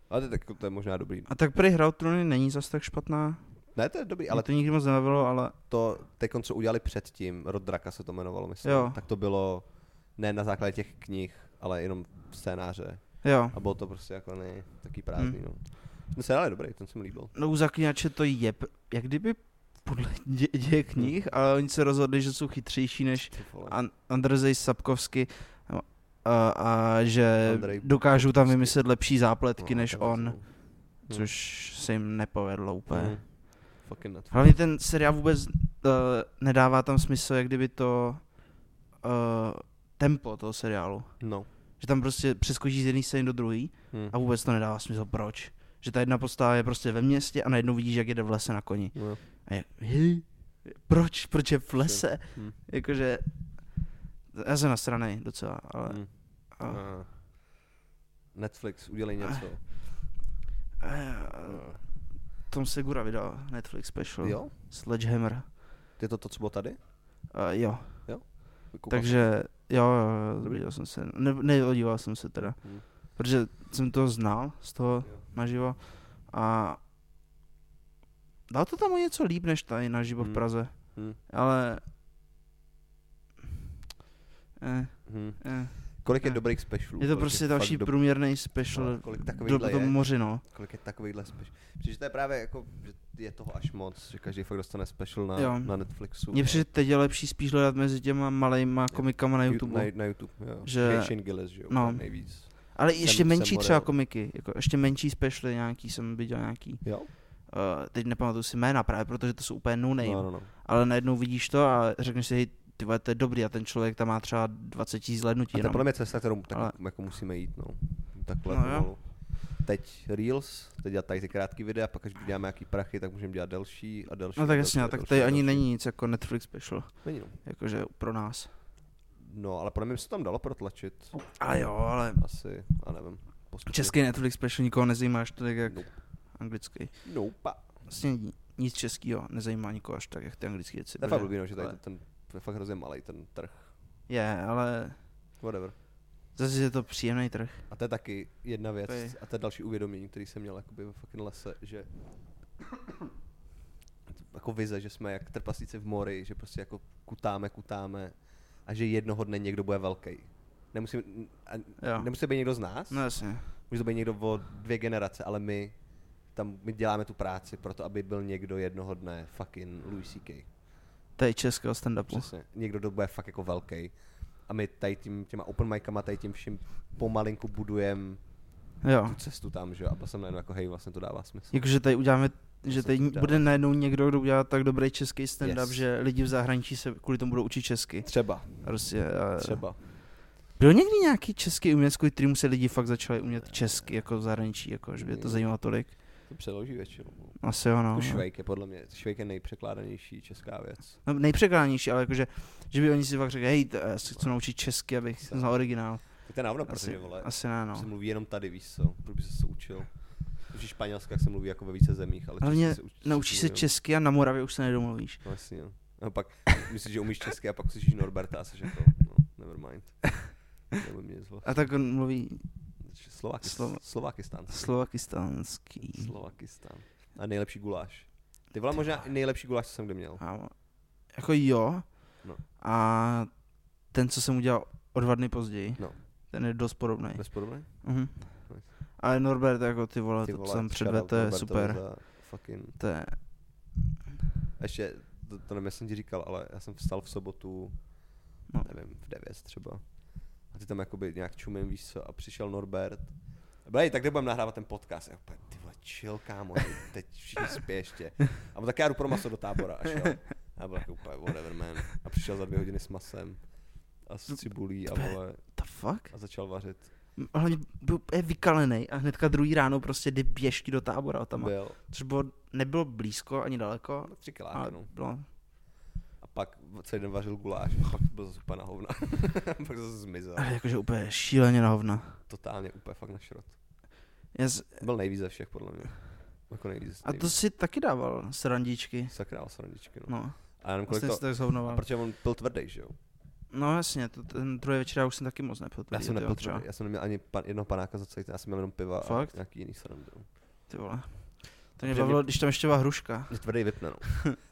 Speaker 2: Ale to, je tak, to je možná dobrý.
Speaker 1: A tak prý hra o trůny není zas tak špatná,
Speaker 2: Ne, to je dobrý, ale
Speaker 1: ale to nikdy moc nebavilo, ale
Speaker 2: to, teď co udělali předtím, Rodraka se to jmenovalo, myslím,
Speaker 1: Jo.
Speaker 2: tak to bylo ne na základě těch knih, ale jenom scénáře.
Speaker 1: jo.
Speaker 2: A bylo to prostě jako ne, taký prázdný,
Speaker 1: Hmm.
Speaker 2: no. Ten seriál je dobrý, ten se mi líbil.
Speaker 1: No u zaklínače to je, pr- jak kdyby podle dě, dě knih, ale oni se rozhodli, že jsou chytřejší než
Speaker 2: Ty vole.
Speaker 1: An- Andrzej Sapkovsky no, a, a že
Speaker 2: Andrej
Speaker 1: dokážou tam
Speaker 2: Sapkovsky.
Speaker 1: vymyslet lepší zápletky
Speaker 2: No,
Speaker 1: než
Speaker 2: tenhle
Speaker 1: on,
Speaker 2: jsem- Hm.
Speaker 1: což se jim nepovedlo úplně.
Speaker 2: Hm. Fucking nut.
Speaker 1: Hlavně ten seriál vůbec uh, nedává tam smysl, jak kdyby to uh, tempo toho seriálu.
Speaker 2: No.
Speaker 1: Že tam prostě přeskočí z jedné scény do druhé
Speaker 2: Hm.
Speaker 1: a vůbec to nedává smysl. Proč? Že ta jedna postava je prostě ve městě a najednou vidíš, jak jede v lese na koni.
Speaker 2: No.
Speaker 1: A je, hej, proč, proč je v lese?
Speaker 2: Hm.
Speaker 1: Jakože, já jsem nasranej docela, ale...
Speaker 2: Hm.
Speaker 1: A, a,
Speaker 2: Aha. Netflix, udělej něco.
Speaker 1: a, Eh, Tom Segura vydal Netflix special.
Speaker 2: Jo?
Speaker 1: Sledgehammer.
Speaker 2: Je to to, co bylo tady?
Speaker 1: A, jo,
Speaker 2: Koukal
Speaker 1: takže jo, jo, jo,
Speaker 2: Dobrý.
Speaker 1: viděl jsem se, ne, neodíval jsem se teda,
Speaker 2: Hm.
Speaker 1: protože jsem to znal z toho
Speaker 2: jsem? Jo.
Speaker 1: naživo a dal to tam o něco líp než tady naživo
Speaker 2: Hm.
Speaker 1: v Praze,
Speaker 2: Hm.
Speaker 1: ale eh,
Speaker 2: Hm.
Speaker 1: eh.
Speaker 2: Kolik je
Speaker 1: Ne.
Speaker 2: dobrých specialů?
Speaker 1: je to
Speaker 2: Kolik
Speaker 1: prostě
Speaker 2: fakt
Speaker 1: další
Speaker 2: dobrých-
Speaker 1: průměrný special
Speaker 2: Ale kolik
Speaker 1: do,
Speaker 2: takovýchhle
Speaker 1: do
Speaker 2: je?
Speaker 1: moři, no.
Speaker 2: Kolik je takovýhle special? Protože to je právě jako, že je toho až moc, že každý fakt dostane special na,
Speaker 1: Jo.
Speaker 2: na Netflixu.
Speaker 1: Mně přijde teď je lepší spíš hledat mezi těma malejma komikama na
Speaker 2: Ju-
Speaker 1: YouTube. no.
Speaker 2: Na, na YouTube, jo.
Speaker 1: Že-
Speaker 2: Shane Gillis, že jo,
Speaker 1: no.
Speaker 2: no. nejvíc.
Speaker 1: Ale
Speaker 2: Jsem-
Speaker 1: ještě
Speaker 2: jsem
Speaker 1: menší
Speaker 2: model.
Speaker 1: třeba komiky, jako ještě menší specialy nějaký, jsem viděl nějaký.
Speaker 2: Jo?
Speaker 1: Uh, teď nepamatuju si jména právě, protože to jsou úplně no name,
Speaker 2: No,
Speaker 1: no.
Speaker 2: no, no.
Speaker 1: ale najednou vidíš to a řekneš si, hej, ty vole, to je dobrý a ten člověk tam má třeba 20 tisíc
Speaker 2: A
Speaker 1: zhlednutí.
Speaker 2: to je
Speaker 1: jenom.
Speaker 2: podle mě cesta, kterou tak,
Speaker 1: Ale-
Speaker 2: jako musíme jít, no. Takhle
Speaker 1: No
Speaker 2: no,
Speaker 1: jo.
Speaker 2: pomalu. Teď Reels, teď dělat tady ty krátké videa, pak až uděláme nějaký prachy, tak můžeme dělat delší a delší.
Speaker 1: No
Speaker 2: a
Speaker 1: tak
Speaker 2: delší
Speaker 1: jasně,
Speaker 2: a
Speaker 1: a tak
Speaker 2: delší
Speaker 1: tady
Speaker 2: a
Speaker 1: ani
Speaker 2: delší.
Speaker 1: není nic jako Netflix special,
Speaker 2: Není, no.
Speaker 1: jakože pro nás.
Speaker 2: no. ale podle mě by se to tam dalo protlačit.
Speaker 1: A jo, ale
Speaker 2: Asi, a nevím. Postupně.
Speaker 1: český Netflix special nikoho nezajímá až tak jak
Speaker 2: Nope.
Speaker 1: anglický.
Speaker 2: Nope.
Speaker 1: Vlastně nic českého nezajímá nikoho až tak jak ty anglické věci.
Speaker 2: To je fakt
Speaker 1: protože-
Speaker 2: blbý, no, že tady
Speaker 1: ale-
Speaker 2: ten, to je fakt hrozně malý ten trh.
Speaker 1: Je, ale
Speaker 2: Whatever.
Speaker 1: zase je to příjemný trh.
Speaker 2: A to je taky jedna věc,
Speaker 1: To je-
Speaker 2: a to je další uvědomění, který jsem měl jakoby ve fucking lese, že jako vize, že jsme jak trpaslíci v mori, že prostě jako kutáme, kutáme a že jednoho dne někdo bude velký. Nemusí, a
Speaker 1: Jo.
Speaker 2: nemusí to být někdo z nás,
Speaker 1: No jasně.
Speaker 2: může to být někdo o dvě generace, ale my tam my děláme tu práci pro to, aby byl někdo jednoho dne fucking Louis C.K.
Speaker 1: To je českého stand-upu.
Speaker 2: Přesně. Někdo, kdo bude fakt jako velký. A my tady tím, těma open micama, tady tím vším pomalinku budujeme
Speaker 1: Jo.
Speaker 2: tu cestu tam, že jo, a byl jsem najednou jako hej, vlastně to dává smysl.
Speaker 1: Jakože tady uděláme, že
Speaker 2: se
Speaker 1: tady
Speaker 2: dá.
Speaker 1: bude najednou někdo, kdo udělá tak dobrý český stand-up,
Speaker 2: Yes.
Speaker 1: yes. že lidi v zahraničí se kvůli tomu budou učit česky.
Speaker 2: Třeba,
Speaker 1: Prostě, eh,
Speaker 2: třeba.
Speaker 1: Byl někdy nějaký český umělec, kvůli kterému se lidi fakt začali
Speaker 2: Eh,
Speaker 1: umět česky, jako v zahraničí, jako, že by to zajímalo tolik.
Speaker 2: To přeloží většinou.
Speaker 1: Asi jo, no.
Speaker 2: Jako švejk je podle mě, švejk je nejpřekládanější česká věc.
Speaker 1: no nejpřekládanější, ale jakože, že by oni si fakt řekli, hej, t- já se chci naučit česky, abych znal originál.
Speaker 2: Tak to je návno,
Speaker 1: Asi,
Speaker 2: protože vole,
Speaker 1: asi ne,
Speaker 2: se
Speaker 1: no.
Speaker 2: mluví jenom tady, víš co, proč by se to učil. Už španělská se mluví jako ve více zemích, ale
Speaker 1: Hlavně
Speaker 2: česky uč-
Speaker 1: Naučíš se
Speaker 2: mluví jenom-
Speaker 1: česky a na Moravě už se nedomluvíš.
Speaker 2: No jasně, jo. A pak [LAUGHS] myslíš, že umíš česky a pak slyšíš Norberta a jsi jako, no, never
Speaker 1: [LAUGHS]
Speaker 2: mind. Nebo mě zlo.
Speaker 1: A tak on mluví
Speaker 2: Slovakistán.
Speaker 1: Slova-
Speaker 2: Slovakistán.
Speaker 1: slovakistánský.
Speaker 2: Slovakistán. A nejlepší guláš. Ty vole, možná i nejlepší guláš, co jsem kdy měl.
Speaker 1: Kámo, jako jo.
Speaker 2: No.
Speaker 1: A ten, co jsem udělal o dva dny později,
Speaker 2: No.
Speaker 1: ten je dost podobný.
Speaker 2: Bez podobné?
Speaker 1: Mhm. Ale Norbert, jako ty vole,
Speaker 2: Ty
Speaker 1: to,
Speaker 2: vole,
Speaker 1: co tam
Speaker 2: shoutout
Speaker 1: předvedl, to je
Speaker 2: Norbertovi
Speaker 1: super.
Speaker 2: Za fucking...
Speaker 1: To je,
Speaker 2: Ještě, to, to nevím, jak jsem ti říkal, ale já jsem vstal v sobotu,
Speaker 1: No.
Speaker 2: no. nevím, v 9 třeba. A ty tam jakoby nějak čumím, víš co, a přišel Norbert. Blej, tak kde budeme nahrávat ten podcast? Já úplně, ty vole, chill, kámo, ty- teď všichni spěště. A on tak já jdu pro maso do tábora a šel. A já byl jako úplně whatever, man. A přišel za dvě hodiny s masem a
Speaker 1: No,
Speaker 2: s cibulí a vole,
Speaker 1: the fuck?
Speaker 2: a začal vařit.
Speaker 1: Hlavně byl je vykalený a hnedka druhý ráno prostě jde běžky do tábora o tam.
Speaker 2: Byl,
Speaker 1: Což bylo, nebylo blízko ani daleko,
Speaker 2: tři
Speaker 1: ale
Speaker 2: kiláky, no.
Speaker 1: bylo,
Speaker 2: A pak celý den vařil guláš, a pak byl zase úplně na hovna. [LAUGHS] pak zase zmizel.
Speaker 1: ale jakože úplně šíleně na hovna.
Speaker 2: Totálně úplně fakt na šrot.
Speaker 1: Já z-
Speaker 2: Byl nejvíc ze všech, podle mě. Jako nejvíc.
Speaker 1: A to
Speaker 2: nejvíc.
Speaker 1: si taky dával srandičky.
Speaker 2: Sakra, ale srandičky, no.
Speaker 1: No,
Speaker 2: A já nevím, kolik
Speaker 1: vlastně
Speaker 2: to...
Speaker 1: si tak
Speaker 2: A
Speaker 1: zhovnoval.
Speaker 2: protože on byl tvrdý, že jo?
Speaker 1: No jasně, to, ten druhý večer já už jsem taky moc nepil.
Speaker 2: Já
Speaker 1: tvrdý,
Speaker 2: jsem
Speaker 1: ty jo,
Speaker 2: nebyl
Speaker 1: třeba.
Speaker 2: tvrdý, já jsem neměl ani pan, jednoho panáka za celý, ten, já jsem měl jenom piva
Speaker 1: Fakt?
Speaker 2: a nějaký jiný srandu.
Speaker 1: Ty vole. To mě
Speaker 2: Protože
Speaker 1: bavilo,
Speaker 2: mě-
Speaker 1: když tam ještě byla hruška.
Speaker 2: Mě tvrdý vypne, no.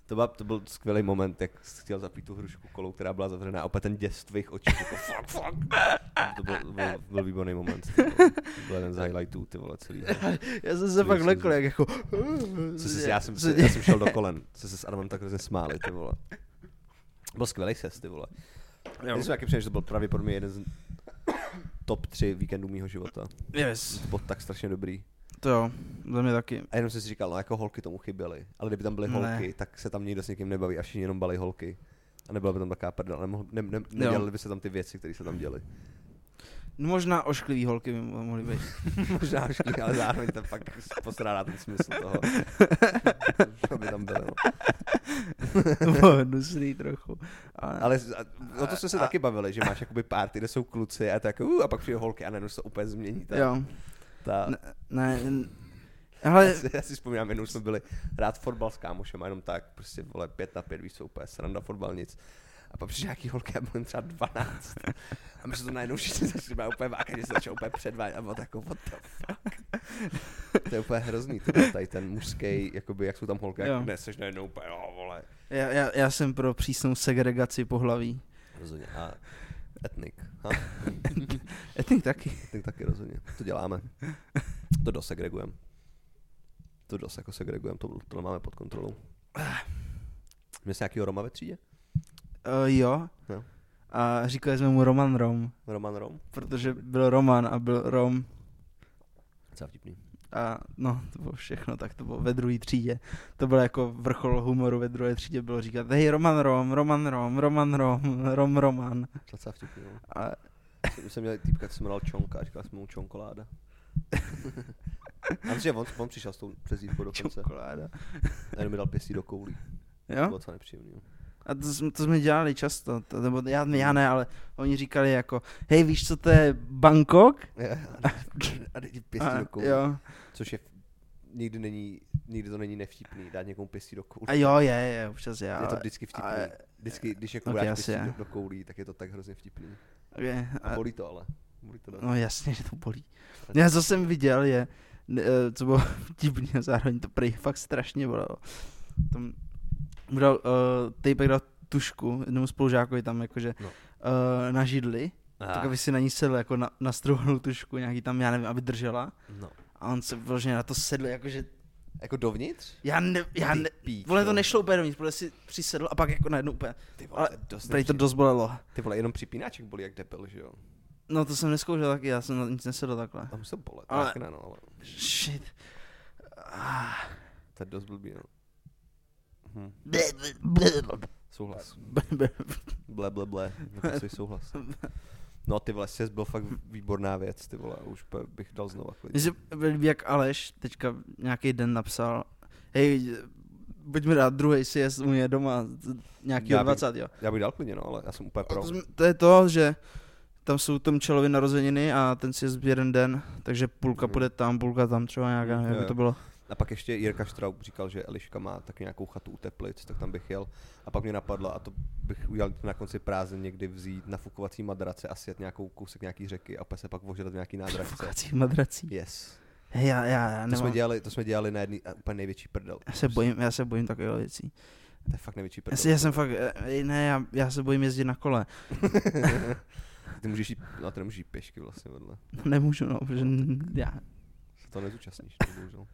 Speaker 2: to, byla, to byl skvělý moment, jak jsi chtěl zapít tu hrušku kolou, která byla zavřená a opět ten děs v tvých očích, jako fuck, fuck. To byl, to byl, byl výborný moment. ty vole. To byl jeden z highlightů, ty vole, celý.
Speaker 1: Já jsem se
Speaker 2: Ty
Speaker 1: pak
Speaker 2: jsi-
Speaker 1: lekl, jak jako...
Speaker 2: Co jsi, já, jsem,
Speaker 1: Co
Speaker 2: se,
Speaker 1: dě-
Speaker 2: já jsem šel do kolen, co se s Adamem tak hrozně smáli, ty vole. Byl skvělý ses, ty vole. Já myslím, jaký že to byl pravděpodobně jeden z top 3 víkendů mýho života.
Speaker 1: Yes,
Speaker 2: To bylo tak strašně dobrý.
Speaker 1: to jo, za mě taky.
Speaker 2: A jenom jsem si říkal, no jako holky tomu chyběly, ale kdyby tam byly
Speaker 1: Ne.
Speaker 2: holky, tak se tam nikdo s nikým nebaví a všichni jenom balí holky. A nebyla by tam taková prdel, nemohl, ne, ne, nedělali by se tam ty věci, které se tam děly. [LAUGHS]
Speaker 1: no Možná ošklivý holky by mo- mohly [LAUGHS] být.
Speaker 2: Možná šký, ale zároveň tam fakt postrádá ten smysl toho, co by tam bylo. No.
Speaker 1: To bylo hnusný trochu. Ale,
Speaker 2: Ale z- a, o to jsme se
Speaker 1: A-
Speaker 2: taky bavili, že máš jakoby party, kde jsou kluci a tak, uh, a pak přijde holky a najednou se to úplně změní. Ta,
Speaker 1: jo,
Speaker 2: ta,
Speaker 1: ne, ne, n-
Speaker 2: Já
Speaker 1: ale
Speaker 2: si, já si vzpomínám, jednou jsme byli hrát fotbal s kámošem a jenom tak, prostě vole pět na pět, víš, jsou úplně sranda fotbal nic. A pak přišli nějaký holky a bylo jim třeba 12. A my jsme to najednou všichni začali bavit úplně vákat, že se začal úplně předvádět a bylo tak jako, what the fuck. To je úplně hrozný, to je tady ten mužský, jakoby, jak jsou tam holky,
Speaker 1: Jo.
Speaker 2: jak neseš najednou úplně, jo, vole.
Speaker 1: já, já, já jsem pro přísnou segregaci [LAUGHS] pohlaví.
Speaker 2: Rozhodně. A etnik. Ha?
Speaker 1: Etnik taky.
Speaker 2: Etnik taky rozhodně. To děláme. To dosegregujeme. To dost jako segregujeme, to, to máme pod kontrolou. Měl jsi nějakýho Roma ve třídě?
Speaker 1: Uh, jo.
Speaker 2: Jo.
Speaker 1: A říkali jsme mu Roman Rom,
Speaker 2: Roman Rom?
Speaker 1: protože byl Roman a byl Rom.
Speaker 2: Docela vtipný.
Speaker 1: A no, to bylo všechno, tak to bylo ve druhé třídě. To bylo jako vrchol humoru ve druhé třídě, bylo říkat, hej, Roman Rom, Roman Rom, Roman Rom, Rom Roman.
Speaker 2: Docela vtipný, no.
Speaker 1: A
Speaker 2: Jsem- Jsem měl týpka, co se jmenoval Čonka a říkal jsem mu Čonkoláda. A že on, on přišel s tou přezdívkou dokonce.
Speaker 1: čokoláda.
Speaker 2: A jenom mi dal pěstí do koulí. To
Speaker 1: Jo?
Speaker 2: bylo docela nepříjemný. no. jo.
Speaker 1: A to, jsme- to jsme dělali často, to, nebo já, já ne, ale oni říkali jako, hej, víš, co to je Bangkok?
Speaker 2: A teď ti pěstí
Speaker 1: a,
Speaker 2: do koulí.
Speaker 1: jo.
Speaker 2: Což je nikdy, není, nikdy to není nevtipný, dát někomu pěstí do koulí.
Speaker 1: a jo, je, je, občas je,
Speaker 2: je
Speaker 1: ale...
Speaker 2: to vždycky vtipný.
Speaker 1: ale-
Speaker 2: vždycky, když jako
Speaker 1: Ok,
Speaker 2: okay, dáš
Speaker 1: asi
Speaker 2: pěstí
Speaker 1: je.
Speaker 2: do, do koulí, tak je to tak hrozně vtipný.
Speaker 1: je,
Speaker 2: A
Speaker 1: a,
Speaker 2: bolí to ale. Bolí to dost.
Speaker 1: no jasně, že to bolí. Já co jsem viděl je, ne, eh, co bylo [LAUGHS] vtipný a zároveň to prý fakt strašně bolelo. Tam mu dal, uh, týpek dal tušku jednomu spolužákovi tam jakože no.
Speaker 2: No.
Speaker 1: uh, na židli,
Speaker 2: A,
Speaker 1: ah. tak aby si na ní sedl jako na, nastrouhnul tušku nějaký tam, já nevím, aby držela.
Speaker 2: no.
Speaker 1: A on se vložně na to sedl, jakože
Speaker 2: Jako dovnitř?
Speaker 1: já ne, já
Speaker 2: Ty
Speaker 1: ne,
Speaker 2: píčo.
Speaker 1: vole to nešlo úplně dovnitř, protože si přisedl a pak jako najednou úplně,
Speaker 2: Ty vole,
Speaker 1: ale
Speaker 2: to je dost
Speaker 1: prej to
Speaker 2: nepříjemný.
Speaker 1: dost bolelo.
Speaker 2: Ty vole, jenom připínáček bolí jak debil, že jo?
Speaker 1: No to jsem neskoušel taky, já jsem na nic nesedl takhle.
Speaker 2: Tam se bolet,
Speaker 1: Ale-
Speaker 2: ale... Akna, no, ale
Speaker 1: Shit. Ah.
Speaker 2: to je dost blbý, no. Hm, souhlas. Ble, hle, ble, [LAUGHS] nepasuji souhlas. No ty vole, CS byl fakt výborná věc, ty vole, už pe- bych dal znova
Speaker 1: Mně
Speaker 2: klidně.
Speaker 1: se líbí, jak Aleš teďka nějaký den napsal, hej, pojďme dát druhý CS u mě doma, nějaký
Speaker 2: Já bych-
Speaker 1: 20, jo.
Speaker 2: Já bych dal klidně, no, ale já jsem úplně
Speaker 1: A
Speaker 2: pro.
Speaker 1: To, jsme- to je to, že tam jsou tom čelovi narozeniny a ten si je jeden den, takže půlka
Speaker 2: Mhm.
Speaker 1: půjde tam, půlka tam třeba nějaká,
Speaker 2: Mhm,
Speaker 1: nevím,
Speaker 2: jo,
Speaker 1: jak by to
Speaker 2: jo.
Speaker 1: bylo.
Speaker 2: A pak ještě Jirka Štraub říkal, že Eliška má taky nějakou chatu u Teplic, tak tam bych jel. A pak mě napadlo, a to bych udělal na konci prázdnin někdy vzít nafukovací madrace a sjet nějakou kousek nějaký řeky a opět se pak ožrat v nějaký nádražce.
Speaker 1: Fukací madrací.
Speaker 2: Yes.
Speaker 1: Hej, já, já, já
Speaker 2: To jsme,
Speaker 1: nemám,
Speaker 2: dělali, to jsme dělali na jedný a úplně největší prdel.
Speaker 1: já se bojím, já se bojím takových věcí.
Speaker 2: To je fakt největší
Speaker 1: Já,
Speaker 2: prdel.
Speaker 1: si, já jsem fakt, eh, ne, já, já se bojím jezdit na kole. [LAUGHS]
Speaker 2: Ty můžeš jít, no ty nemůžeš jít pěšky vlastně vedle.
Speaker 1: Nemůžu, no, protože n- já,
Speaker 2: Se to nezúčastníš, to bohužel.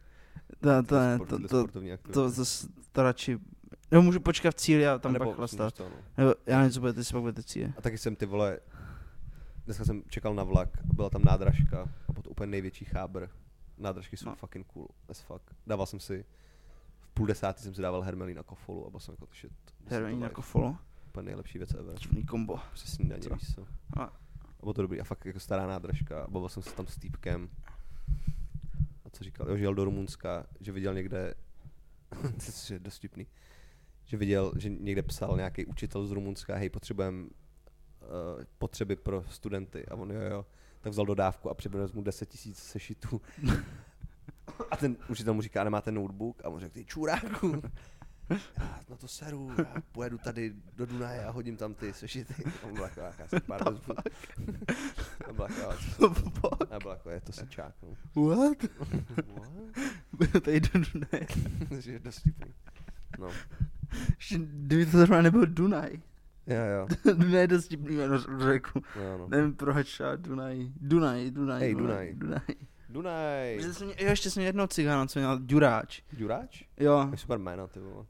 Speaker 1: to, to, ne,
Speaker 2: Sport-
Speaker 1: to,
Speaker 2: vedle
Speaker 1: to,
Speaker 2: sportovní aktivity.
Speaker 1: to, to, s- to radši, nebo můžu počkat v cíli a tam
Speaker 2: Nebo
Speaker 1: pak
Speaker 2: si můžeš
Speaker 1: chlastat.
Speaker 2: to, no.
Speaker 1: Nebo já nevím, co budete si pak budete cíle.
Speaker 2: A taky jsem ty vole, dneska jsem čekal na vlak, byla tam nádražka a potom úplně největší chábr. Nádražky jsou
Speaker 1: No.
Speaker 2: no. fucking cool as fuck. Dával jsem si, v půl desátý jsem si dával hermelín na kofolu a byl jsem jako to shit. this is
Speaker 1: Heroin jako
Speaker 2: the
Speaker 1: na No,
Speaker 2: life.
Speaker 1: kofolo,
Speaker 2: Úplně nejlepší věc ever.
Speaker 1: divný kombo. [LAUGHS]
Speaker 2: Prostě snídaně,
Speaker 1: Co?
Speaker 2: víš co.
Speaker 1: A-
Speaker 2: A bylo to dobrý a fakt jako stará nádražka. Bavil jsem se tam s týpkem. A co říkal? Jo, že jel do Rumunska, že viděl někde, [LAUGHS] což je dost vtipný, že viděl, že někde psal nějaký učitel z Rumunska, hej, potřebujeme uh, potřeby pro studenty. A on jo, jo, tak vzal dodávku a přibral mu 10 tisíc sešitů. [LAUGHS] A ten učitel mu říká, nemáte notebook? A on řekl, ty čuráku, já na to seru, já pojedu tady do Dunaje a hodím tam ty sešity. A on byl jako, jaká se pár rozbu. A byl jako, "Ale co se-" a byl jako, je to sečák, no.
Speaker 1: What? Byl tady do Dunaje.
Speaker 2: [LAUGHS] Že je dost vtipný. No.
Speaker 1: Ještě, Kdyby to zrovna nebyl Dunaj. [LAUGHS]
Speaker 2: Jo, jo,
Speaker 1: Dunaj je dost divný jméno z- řeku.
Speaker 2: jo, no.
Speaker 1: Nevím proč, ale Dunaj. Dunaj, Dunaj,
Speaker 2: Hej,
Speaker 1: Dunaj.
Speaker 2: Dunaj.
Speaker 1: Dunaj.
Speaker 2: Dunaj.
Speaker 1: Že jsem- Jo, ještě jsem jednou cigána, co měl Duráč.
Speaker 2: Duráč?
Speaker 1: Jo,
Speaker 2: Je super jména, ty vole.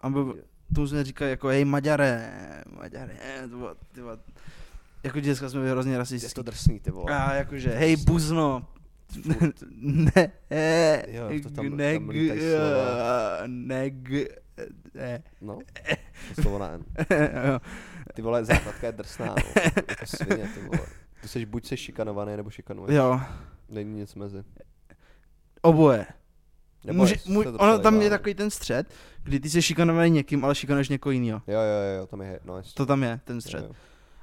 Speaker 1: a byl, tomu jsme říkali jako, hej, Maďaré, Maďaré, to bylo, ty vole. Jako děcka jsme byli hrozně
Speaker 2: Je
Speaker 1: rasistický.
Speaker 2: to drsný, ty vole.
Speaker 1: A jakože, hej, buzno.
Speaker 2: Furt.
Speaker 1: [LAUGHS] ne,
Speaker 2: Jo, to tam-
Speaker 1: ne,
Speaker 2: tam lítají slova.
Speaker 1: ne, g- ne, [LAUGHS]
Speaker 2: No, to slovo na N.
Speaker 1: Jo.
Speaker 2: Ty vole, základka je
Speaker 1: [LAUGHS]
Speaker 2: drsná, no. Jako svině, ty vole. Ty seš buď seš šikanovaný, nebo šikanuješ.
Speaker 1: jo,
Speaker 2: Není nic mezi.
Speaker 1: oboje.
Speaker 2: Nebo
Speaker 1: Může,
Speaker 2: jest-
Speaker 1: může,
Speaker 2: to je docela
Speaker 1: ono tam je
Speaker 2: legální.
Speaker 1: takový ten střed, kdy ty jsi šikanovaný někým, ale šikanuješ někoho jiného.
Speaker 2: Jo, jo, jo, tam je, no jest.
Speaker 1: To tam je, ten střed.
Speaker 2: Jo, jo.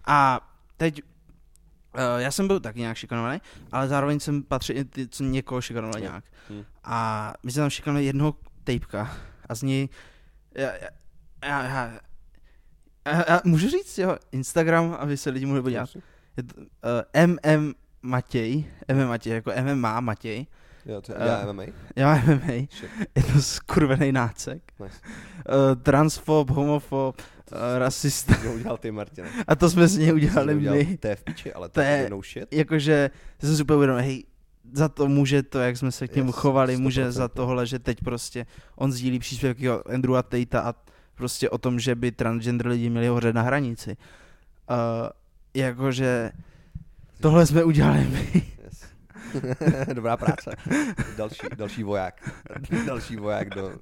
Speaker 1: A teď, uh, já jsem byl taky nějak šikanovaný, ale zároveň jsem patřil i ty, co někoho šikanoval
Speaker 2: Jo.
Speaker 1: nějak.
Speaker 2: Hm.
Speaker 1: A my jsme tam šikanovali jednoho tejpka a z něj, já, já, já, já, já, já můžu říct jeho Instagram, aby se lidi mohli podívat. Je to, uh, MM Matěj, MM Matěj, jako MMA Matěj,
Speaker 2: Jo, to je,
Speaker 1: Eh.
Speaker 2: já MMA.
Speaker 1: já MMA,
Speaker 2: Shit,
Speaker 1: je to skurvený nácek,
Speaker 2: nice.
Speaker 1: uh, transfob, homofob, uh, rasista
Speaker 2: To udělal ty, Martina.
Speaker 1: a to jsme z něj
Speaker 2: To jsi
Speaker 1: udělali
Speaker 2: udělal,
Speaker 1: my.
Speaker 2: To je v piči, ale
Speaker 1: To
Speaker 2: to je
Speaker 1: je-
Speaker 2: no shit.
Speaker 1: jakože jsem si úplně uvědomil, hej, za to může to, jak jsme se k němu
Speaker 2: Yes,
Speaker 1: chovali, může
Speaker 2: 100%.
Speaker 1: za tohle, že teď prostě on sdílí příspěvky od Andrewa Tatea a prostě o tom, že by transgender lidi měli hořet na hranici. Uh, jakože tohle jsme udělali my.
Speaker 2: [LAUGHS] Yes.
Speaker 1: [LAUGHS]
Speaker 2: Dobrá práce. [LAUGHS] Další,
Speaker 1: [LAUGHS]
Speaker 2: další voják. Další voják do...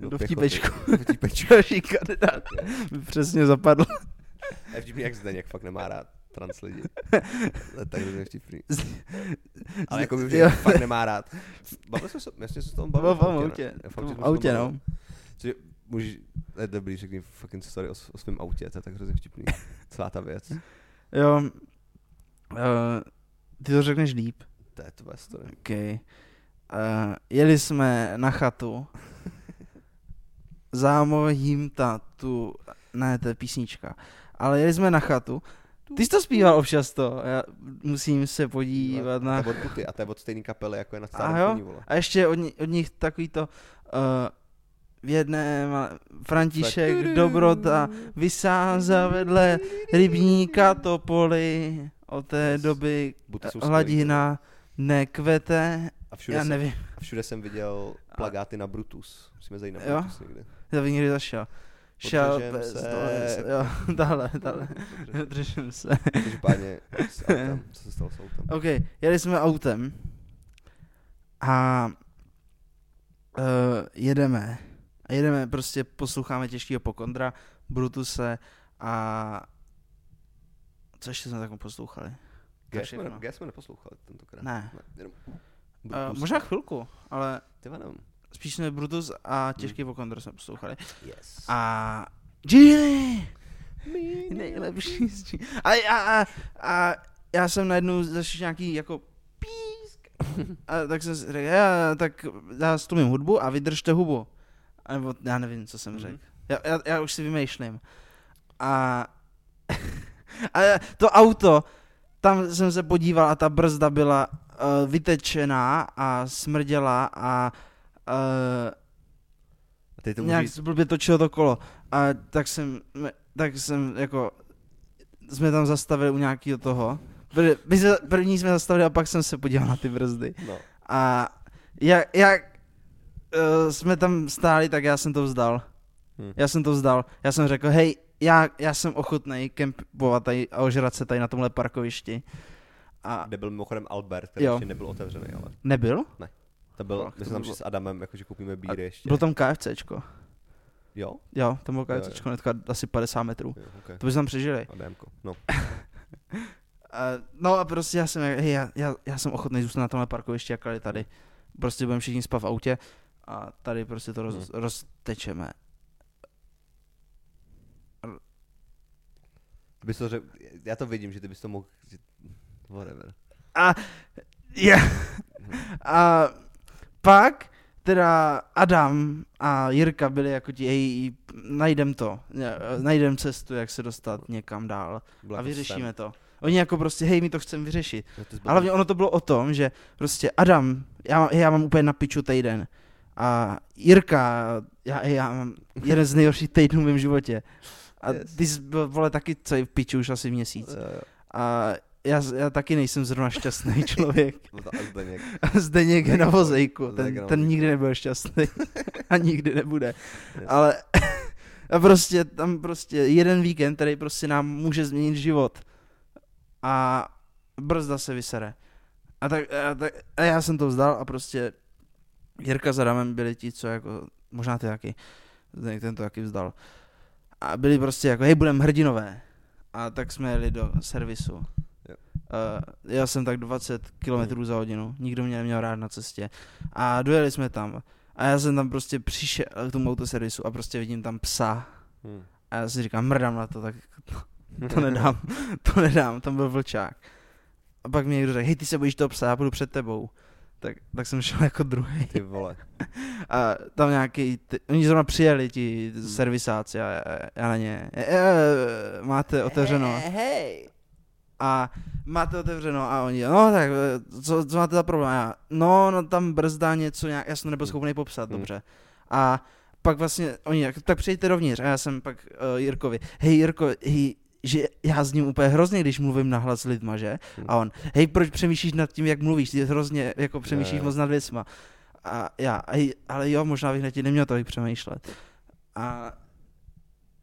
Speaker 1: Do
Speaker 2: pěchoty.
Speaker 1: vtipečku.
Speaker 2: Do vtipečku.
Speaker 1: [LAUGHS] Další kandidát přesně
Speaker 2: [LAUGHS]
Speaker 1: zapadl.
Speaker 2: A je vtipný, jak Zdeněk fakt nemá rád
Speaker 1: [LAUGHS]
Speaker 2: trans lidi. Ale tak to je vtipný. Ale jako by,
Speaker 1: Jo.
Speaker 2: že fakt nemá rád. Bavili jsme se, jasně se o tom
Speaker 1: Bylo
Speaker 2: bavili.
Speaker 1: v tom
Speaker 2: ne?
Speaker 1: autě.
Speaker 2: Fakt,
Speaker 1: V tom
Speaker 2: že jsme se o tom
Speaker 1: autě,
Speaker 2: bavili.
Speaker 1: no.
Speaker 2: Což je- můžeš, to je dobrý, řekni fucking story o, s- o svém autě, to je tak hrozně vtipný. Celá ta věc.
Speaker 1: Jo. Uh, ty to řekneš líp.
Speaker 2: To je tvoje story.
Speaker 1: Okay. Uh, Eh, jeli jsme na
Speaker 2: [LAUGHS]
Speaker 1: chatu. Zámovím ta tu... Ne, to je písnička. Ale jeli jsme na chatu. Ty jsi to zpíval občas to. Já musím se podívat na...
Speaker 2: To je od Buty a to je od stejný kapely, jako je na
Speaker 1: A
Speaker 2: starém
Speaker 1: jo?
Speaker 2: koni, vole.
Speaker 1: A ještě od, ni- od nich takový to... Uh, v jedné má- František Dobrota vysáza vedle rybníka topoly. Od té
Speaker 2: Yes.
Speaker 1: doby
Speaker 2: Buty jsou skvělý,
Speaker 1: hladina nekvete.
Speaker 2: A všude,
Speaker 1: Já
Speaker 2: jsem,
Speaker 1: nevím.
Speaker 2: a všude jsem viděl plagáty na Brutus. Musíme zajít na
Speaker 1: Jo?
Speaker 2: Brutus někde.
Speaker 1: Já bych někdy zašel. Šel
Speaker 2: Podržem
Speaker 1: bez
Speaker 2: se.
Speaker 1: toho, jo, [LAUGHS] dále, dále,
Speaker 2: Dobře.
Speaker 1: držím se.
Speaker 2: Každopádně s autem. Co se stalo s autem?
Speaker 1: OK, jeli jsme autem a uh, jedeme. A jedeme, prostě posloucháme těžkýho pokondra, Brutuse a co ještě jsme takhle poslouchali?
Speaker 2: G jsme,
Speaker 1: všechno.
Speaker 2: ne, G jsme neposlouchali tentokrát.
Speaker 1: Ne.
Speaker 2: jenom
Speaker 1: Uh,
Speaker 2: Brutus.
Speaker 1: možná chvilku, ale
Speaker 2: Ty vole, no. nevím.
Speaker 1: spíš jsme Brutus a těžký pokondr jsme poslouchali.
Speaker 2: Yes.
Speaker 1: A Gini! Nejlepší z Gini. A, a, a, a já jsem najednou zašel nějaký jako písk. A tak jsem si řekl, já, tak já stumím hudbu a vydržte hubu. A nebo já nevím, co jsem
Speaker 2: Mhm.
Speaker 1: řekl. Já, já, já už si vymýšlím. A, [LAUGHS] a to auto, tam jsem se podíval a ta brzda byla eh, eh, uh, vytečená a smrděla a uh,
Speaker 2: A teď to můžu
Speaker 1: Nějak
Speaker 2: říct,
Speaker 1: se blbě točilo to kolo. A tak jsem, me- tak jsem jako, jsme tam zastavili u nějakého toho. Pr- my se- První jsme zastavili a pak jsem se podíval na ty brzdy.
Speaker 2: no.
Speaker 1: A jak, jak uh, jsme tam stáli, tak já jsem to vzdal.
Speaker 2: Hm.
Speaker 1: Já jsem to vzdal. Já jsem řekl, hej, já, já jsem ochotný kempovat tady a ožrat se tady na tomhle parkovišti. A
Speaker 2: Kde byl mimochodem Albert, který
Speaker 1: Jo.
Speaker 2: ještě nebyl otevřený, ale
Speaker 1: nebyl?
Speaker 2: to byl,
Speaker 1: Fakt, to
Speaker 2: my jsme tam
Speaker 1: bylo-
Speaker 2: šli s Adamem, jakože koupíme bíry ještě.
Speaker 1: Bylo tam KFCčko.
Speaker 2: Jo?
Speaker 1: Jo, tam bylo
Speaker 2: Jo, jo.
Speaker 1: KFCčko, netka asi 50 metrů.
Speaker 2: Jo, okay.
Speaker 1: To by tam přežili.
Speaker 2: Adamko, no.
Speaker 1: Uh, no a prostě já jsem, hej, já, já, já jsem ochotný zůstat na tomhle parkovišti, jak je tady. Prostě budeme všichni spát v autě a tady prostě to roz,
Speaker 2: Hmm.
Speaker 1: roztečeme.
Speaker 2: Ty bys to řek, já to vidím, že ty bys to mohl, že- whatever.
Speaker 1: A, je, a pak teda Adam a Jirka byli jako ti, hej, najdem to, ne- najdem cestu, jak se dostat někam dál
Speaker 2: Byla
Speaker 1: a
Speaker 2: jako
Speaker 1: vyřešíme to. Oni jako prostě, hej, my to chceme vyřešit.
Speaker 2: sen. Jo, ty jsi byl
Speaker 1: A hlavně ono to bylo o tom, že prostě Adam, já, mám- já mám úplně na piču týden. A Jirka, já, já mám jeden z nejhorších týdnů v mém životě. A
Speaker 2: Yes.
Speaker 1: ty jsi byl, vole, taky celý v piču už asi měsíc.
Speaker 2: Jo, jo.
Speaker 1: A já, já taky nejsem zrovna šťastný [LAUGHS] člověk.
Speaker 2: Byl to Zdeněk.
Speaker 1: A [LAUGHS] Zdeněk je na
Speaker 2: Zdeněk, no.
Speaker 1: vozejku,
Speaker 2: Zdeněk
Speaker 1: ten,
Speaker 2: je na
Speaker 1: ten
Speaker 2: vozejku.
Speaker 1: nikdy nebyl šťastný [LAUGHS] a nikdy nebude.
Speaker 2: Yes.
Speaker 1: Ale [LAUGHS] a prostě tam prostě jeden víkend, který prostě nám může změnit život a brzda se vysere. A, tak, a, tak, a já jsem to vzdal a prostě Jirka s Adamem byli ti, co jako, možná ty taky, Zdeněk ten to taky vzdal. A byli prostě jako, hej, budeme hrdinové. A tak jsme jeli do servisu.
Speaker 2: Jo.
Speaker 1: Uh, já jsem tak 20 km za hodinu, nikdo mě neměl rád na cestě. A dojeli jsme tam. A já jsem tam prostě přišel k tomu autoservisu a prostě vidím tam psa.
Speaker 2: Hm.
Speaker 1: A já si říkám, mrdám na to, tak to nedám, to nedám, tam byl vlčák. A pak mi někdo řekl, hej, ty se bojíš toho psa, já půjdu před tebou. Tak, tak jsem šel jako druhý.
Speaker 2: Ty vole.
Speaker 1: A tam nějaký, ty, oni zrovna přijeli ti servisáci a já, já na ně, e, e, máte otevřeno.
Speaker 2: Hej.
Speaker 1: A máte otevřeno a oni, no tak, e, co, co máte za problém? A Já, no, no tam brzdá něco nějak, já jsem to nebyl schopný popsat,
Speaker 2: Hmm.
Speaker 1: dobře. A pak vlastně oni, jak- tak přijďte dovnitř a já jsem pak uh, Jirkovi, hej Jirko, hej, že já s ním úplně hrozně, když mluvím nahlas s lidma, že?
Speaker 2: Hmm.
Speaker 1: A on, hej, proč přemýšlíš nad tím, jak mluvíš, ty hrozně jako přemýšlíš
Speaker 2: jo.
Speaker 1: moc nad věcma. A já, hej, ale jo, možná bych na ti neměl tolik přemýšlet. A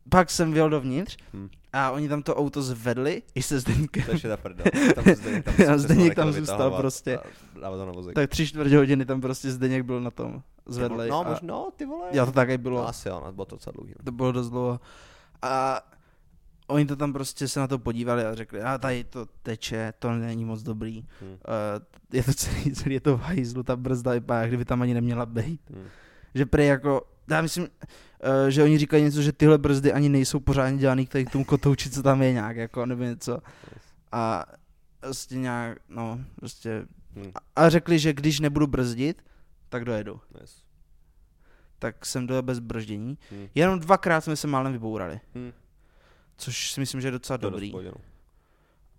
Speaker 1: pak jsem vyjel dovnitř
Speaker 2: Hmm.
Speaker 1: a oni tam to auto zvedli i se
Speaker 2: To
Speaker 1: Zdeňkem.
Speaker 2: ještě
Speaker 1: [LAUGHS]
Speaker 2: ta prdel. Tam Zdeněk tam,
Speaker 1: A Zdeněk tam
Speaker 2: přestal
Speaker 1: zůstal
Speaker 2: vytahovat
Speaker 1: prostě.
Speaker 2: a Dával to na vozík.
Speaker 1: Tak tři čtvrtě hodiny tam prostě Zdeněk byl na tom zvedlej.
Speaker 2: No,
Speaker 1: a-
Speaker 2: možná, no, ty vole.
Speaker 1: Já to také bylo.
Speaker 2: No, asi ano, bylo to docela dlouhý. no.
Speaker 1: To bylo dost dlouho. A oni to tam prostě se na to podívali a řekli, a tady to teče, to není moc dobrý. Hmm.
Speaker 2: Hmm.
Speaker 1: Uh, je to celý, [LAUGHS] celý je to v hajzlu, ta brzda vypadá, jak kdyby tam ani neměla být.
Speaker 2: Hmm.
Speaker 1: Že prej jako, já myslím, uh, že oni říkají něco, že tyhle brzdy ani nejsou pořádně dělaný k tady k tomu kotouči, co tam je nějak, jako, nebo něco. A prostě nějak, no, prostě.
Speaker 2: Hmm.
Speaker 1: A- A řekli, že když nebudu brzdit, tak dojedu.
Speaker 2: Yes.
Speaker 1: Tak jsem dojel bez brždění.
Speaker 2: Hmm.
Speaker 1: Jenom dvakrát jsme se málem vybourali.
Speaker 2: Hmm.
Speaker 1: Což si myslím, že je docela
Speaker 2: To je
Speaker 1: dobrý.
Speaker 2: dost v pohodě, no.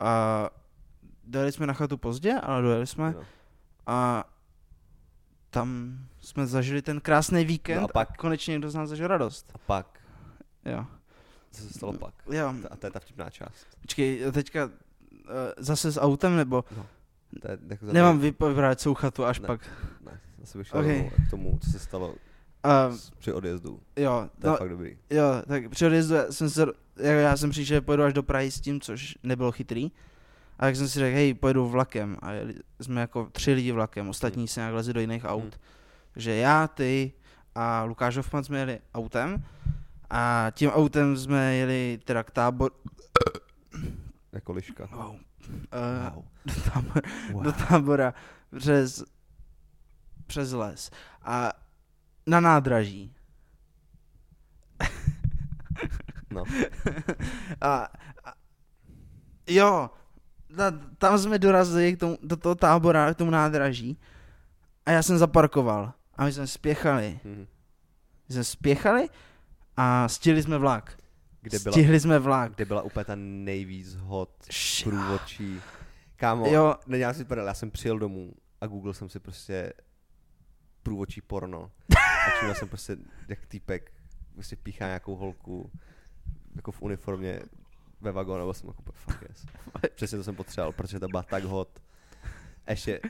Speaker 1: A dojeli jsme na chatu pozdě, ale dojeli jsme
Speaker 2: Jo.
Speaker 1: a tam jsme zažili ten krásný víkend
Speaker 2: No a pak-
Speaker 1: konečně někdo z nás zažil radost.
Speaker 2: A pak,
Speaker 1: Jo.
Speaker 2: co se stalo pak?
Speaker 1: Jo,
Speaker 2: A to je ta vtipná část.
Speaker 1: počkej, teďka uh, zase s autem nebo
Speaker 2: To je, jako za-
Speaker 1: nemám vypovědět celou chatu až
Speaker 2: Ne.
Speaker 1: pak.
Speaker 2: Ne, asi bych šel
Speaker 1: Ok.
Speaker 2: okay. k tomu, co se stalo
Speaker 1: Uh,
Speaker 2: s- při odjezdu.
Speaker 1: jo,
Speaker 2: To je
Speaker 1: no,
Speaker 2: fakt dobrý.
Speaker 1: Jo, tak při odjezdu jsem se, jako já jsem přišel, že pojedu až do Prahy s tím, což nebylo chytrý. A tak jsem si řekl, hej, pojedu vlakem. A jeli, jsme jako tři lidi vlakem, ostatní
Speaker 2: Hmm.
Speaker 1: se nějak lezli do jiných aut.
Speaker 2: Hmm.
Speaker 1: Takže já, ty a Lukáš Hoffman jsme jeli autem. A tím autem jsme jeli teda k tábor...
Speaker 2: Jako liška.
Speaker 1: Wow. Uh,
Speaker 2: Wow.
Speaker 1: [LAUGHS] do, tábor,
Speaker 2: Wow.
Speaker 1: do tábora přes, přes les. A na nádraží.
Speaker 2: No.
Speaker 1: A, a jo, ta, tam jsme dorazili k tomu, do toho tábora, k tomu nádraží a já jsem zaparkoval a my jsme spěchali.
Speaker 2: Mhm.
Speaker 1: My jsme spěchali a stihli jsme vlak.
Speaker 2: Kde byla,
Speaker 1: Stihli jsme vlak.
Speaker 2: kde byla úplně ta nejvíc hot
Speaker 1: Š-
Speaker 2: průvodčí. Kámo,
Speaker 1: Jo.
Speaker 2: jo. ne, já si prdel, já jsem přijel domů a Google jsem si prostě průvodčí porno. A čuměl jsem prostě, jak týpek prostě píchá nějakou holku jako v uniformě ve vagónu, byl jsem jako fuck yes. Přesně to jsem potřeboval, protože ta byla tak hot. A Ještě,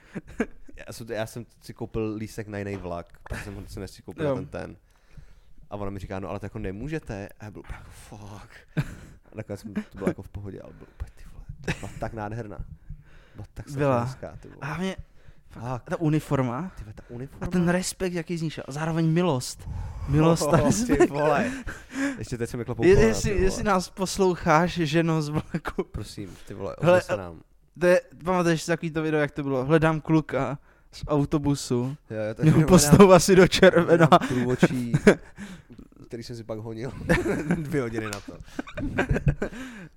Speaker 2: já jsem, já jsem si koupil lísek na jiný vlak, protože jsem ho si nechci koupil na
Speaker 1: Jo.
Speaker 2: ten ten. A ona mi říká, no ale to jako nemůžete. A já byl úplně jako fuck. A nakonec jsem, to bylo jako v pohodě, ale byl úplně ty vole, ta byla tak nádherná. Byla tak strašně
Speaker 1: Byla.
Speaker 2: hezká, ty vole.
Speaker 1: A mě
Speaker 2: A
Speaker 1: ta uniforma
Speaker 2: ty vole, ta
Speaker 1: a
Speaker 2: uniforma.
Speaker 1: ten respekt, jaký z níž, a zároveň milost. Milost a
Speaker 2: Oh, Ty
Speaker 1: respekt.
Speaker 2: vole. Ještě teď jsem mi klapou
Speaker 1: Je,
Speaker 2: kolena, ty
Speaker 1: jestli,
Speaker 2: vole.
Speaker 1: jestli nás posloucháš, ženo z vlaku,
Speaker 2: Prosím, ty vole,
Speaker 1: Hele,
Speaker 2: Hele, se nám.
Speaker 1: to je, pamatuješ si takový to video, jak to bylo? Hledám kluka z autobusu,
Speaker 2: Jo, jo, to
Speaker 1: měl
Speaker 2: jenom
Speaker 1: postavu asi do
Speaker 2: jenom-
Speaker 1: červena.
Speaker 2: jenom Průvočí, který jsem si pak honil [LAUGHS] dvě hodiny na to.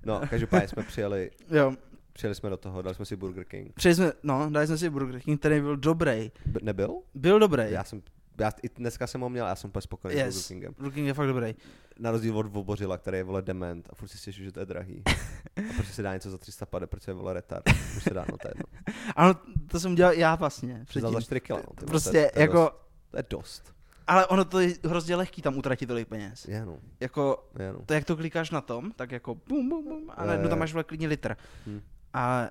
Speaker 2: No, každopádně jsme přijeli,
Speaker 1: Jo,
Speaker 2: přijeli jsme do toho, dali jsme si Burger King.
Speaker 1: přijeli jsme, no, dali jsme si Burger King, který byl dobrý.
Speaker 2: B- nebyl?
Speaker 1: Byl dobrý.
Speaker 2: Já jsem, já i dneska jsem ho měl, já jsem úplně spokojený yes. s Burger
Speaker 1: yes.
Speaker 2: Kingem.
Speaker 1: Burger King je fakt dobrý.
Speaker 2: Na rozdíl od Vobořila, který je vole dement a furt si stěžuje, že to je drahý. A proč se dá něco za 350, proč je vole retard, už se dá, no to je jedno.
Speaker 1: Ano, to jsem dělal já vlastně
Speaker 2: Za-
Speaker 1: předtím.
Speaker 2: Za 4 kg, no, ty vole, to je-
Speaker 1: Prostě
Speaker 2: to je
Speaker 1: jako,
Speaker 2: dost. To je dost.
Speaker 1: ale ono to je hrozně lehký tam utratit tolik peněz.
Speaker 2: Je no,
Speaker 1: Jako,
Speaker 2: je no.
Speaker 1: to jak to klikáš na tom, tak jako bum, bum, bum, a
Speaker 2: Jo,
Speaker 1: najednou
Speaker 2: jo,
Speaker 1: tam
Speaker 2: jo.
Speaker 1: máš vole klidně litr.
Speaker 2: Eh. Hm.
Speaker 1: A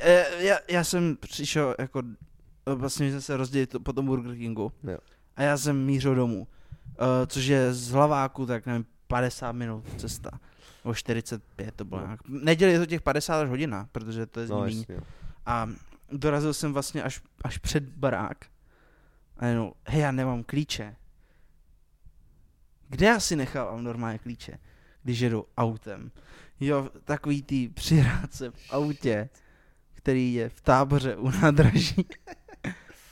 Speaker 1: e, já, já jsem přišel jako, vlastně my jsme se rozdělili to, po tom Burger Kingu
Speaker 2: Jo.
Speaker 1: a já jsem mířil domů, e, což je z Hlaváku tak nevím, 50 minut cesta. O 45 to bylo
Speaker 2: No.
Speaker 1: nějak. Neděli je to těch 50 až hodina, protože to je z ní
Speaker 2: No,
Speaker 1: míň.
Speaker 2: [LAUGHS] jasně.
Speaker 1: A dorazil jsem vlastně až, až před barák. A jenom, hej, já nemám klíče. Kde já si nechávám normálně klíče, když jedu autem? Jo, takový ty přiráce v autě, který je v táboře u nádraží. [LAUGHS]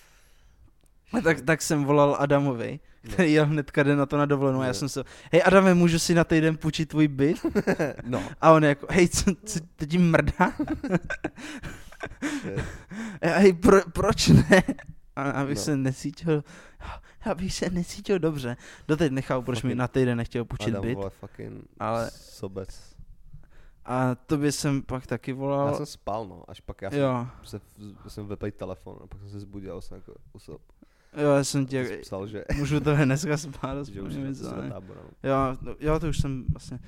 Speaker 1: A tak, tak jsem volal Adamovi, který jel hnedka den na to na dovolenou a já
Speaker 2: Jo.
Speaker 1: jsem se, hej Adame, můžu si na týden půjčit tvůj byt?
Speaker 2: [LAUGHS] No,
Speaker 1: A on jako, hej, co, co teď jim mrdá?
Speaker 2: to je-
Speaker 1: A já, hej, pro, proč ne? A abych
Speaker 2: No.
Speaker 1: no. se necítil, abych se necítil dobře. Doteď nechal, proč mi
Speaker 2: Fucking
Speaker 1: na týden nechtěl půjčit
Speaker 2: Adam,
Speaker 1: byt.
Speaker 2: vole, fucking
Speaker 1: ale-
Speaker 2: sobec.
Speaker 1: A to by jsem pak taky volal.
Speaker 2: Já jsem spal, no, až pak já jsem,
Speaker 1: jo,
Speaker 2: se, já jsem vypadl telefon a pak jsem se zbudil a jsem jako usop.
Speaker 1: jo, já jsem
Speaker 2: Já
Speaker 1: tě,
Speaker 2: jsem psal, [LAUGHS] že,
Speaker 1: můžu to dneska spát,
Speaker 2: [LAUGHS] že už
Speaker 1: aspoň
Speaker 2: jsem
Speaker 1: mi
Speaker 2: zase
Speaker 1: to,
Speaker 2: do
Speaker 1: ne?
Speaker 2: tábora. No.
Speaker 1: Jo, no, jo, to už jsem vlastně,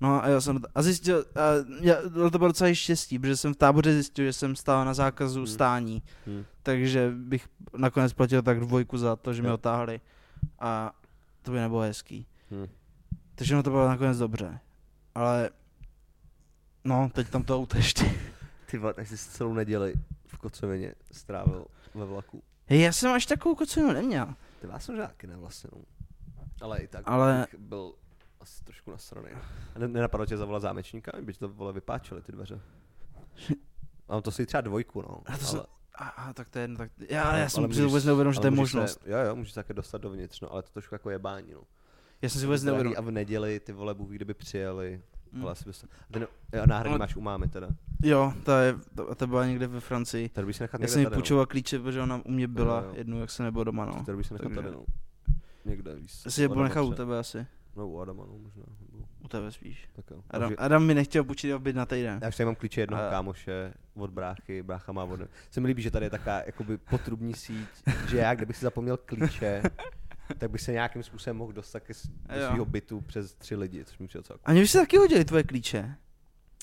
Speaker 1: no a já jsem, a zjistil, a, já, no to bylo docela i štěstí, protože jsem v táboře zjistil, že jsem stál na zákazu
Speaker 2: Hmm.
Speaker 1: stání.
Speaker 2: Hm.
Speaker 1: takže bych nakonec platil tak dvojku za to, že mi
Speaker 2: Jo.
Speaker 1: ho táhli a to by nebylo hezký.
Speaker 2: Hm.
Speaker 1: Takže ono to bylo nakonec dobře, ale no, teď tam to auto ještě.
Speaker 2: Ty vole, tak jsi celou neděli v Kocovině strávil ve vlaku.
Speaker 1: [LAUGHS] Hej, já jsem až takovou kocinu neměl.
Speaker 2: Ty vás jsem žáky, ne vlastně, no. Ale i tak
Speaker 1: Ale-
Speaker 2: bych byl asi trošku nasraný. A ne- nenapadlo tě zavolat zámečníka, by ti to vole vypáčili
Speaker 1: [LAUGHS]
Speaker 2: ty dveře. Mám to si třeba dvojku, no.
Speaker 1: A to jsem- A, a tak to je jedno, tak já, ale
Speaker 2: Ale-
Speaker 1: já jsem
Speaker 2: ale
Speaker 1: si
Speaker 2: můžeš-
Speaker 1: vůbec neuvědomil, že
Speaker 2: ale
Speaker 1: to je
Speaker 2: můžeš
Speaker 1: možnost.
Speaker 2: Se, jo, jo, můžeš se také dostat dovnitř, no, ale to trošku jako jebání, no.
Speaker 1: Já jsem si vůbec neuvědomil.
Speaker 2: Drahý A v neděli ty vole Bůh, ví, kdyby přijeli.
Speaker 1: Mm.
Speaker 2: Hmm. Ale asi bys... A Ten, jo, náhradní
Speaker 1: Ale-
Speaker 2: máš u mámy teda.
Speaker 1: Jo, ta, je, ta, ta byla někde ve Francii.
Speaker 2: Tady bych si nechat
Speaker 1: Já
Speaker 2: někde
Speaker 1: jsem jí
Speaker 2: tady, no.
Speaker 1: půjčoval klíče, protože ona u mě byla
Speaker 2: jo.
Speaker 1: jednu, jak se nebylo doma, no.
Speaker 2: Tady bych si nechat
Speaker 1: takže-
Speaker 2: tady, no. Někde, víš.
Speaker 1: Já si je
Speaker 2: u
Speaker 1: budu
Speaker 2: Adama
Speaker 1: nechat u
Speaker 2: třeba.
Speaker 1: tebe asi.
Speaker 2: No u Adama, no možná. Nebo,
Speaker 1: U tebe spíš.
Speaker 2: tak jo.
Speaker 1: Adam,
Speaker 2: Takže-
Speaker 1: Adam mi nechtěl půjčit oběd na týden.
Speaker 2: Já už tady mám klíče jednoho
Speaker 1: A-
Speaker 2: kámoše od bráchy, brácha má od... Se mi líbí, že tady je taká jakoby potrubní síť, že já, kdybych si zapomněl klíče, tak bych se nějakým způsobem mohl dostat ke, s- do
Speaker 1: Jo.
Speaker 2: svého bytu přes tři lidi, což mi přijde celkem.
Speaker 1: A mě by se taky hodili tvoje klíče.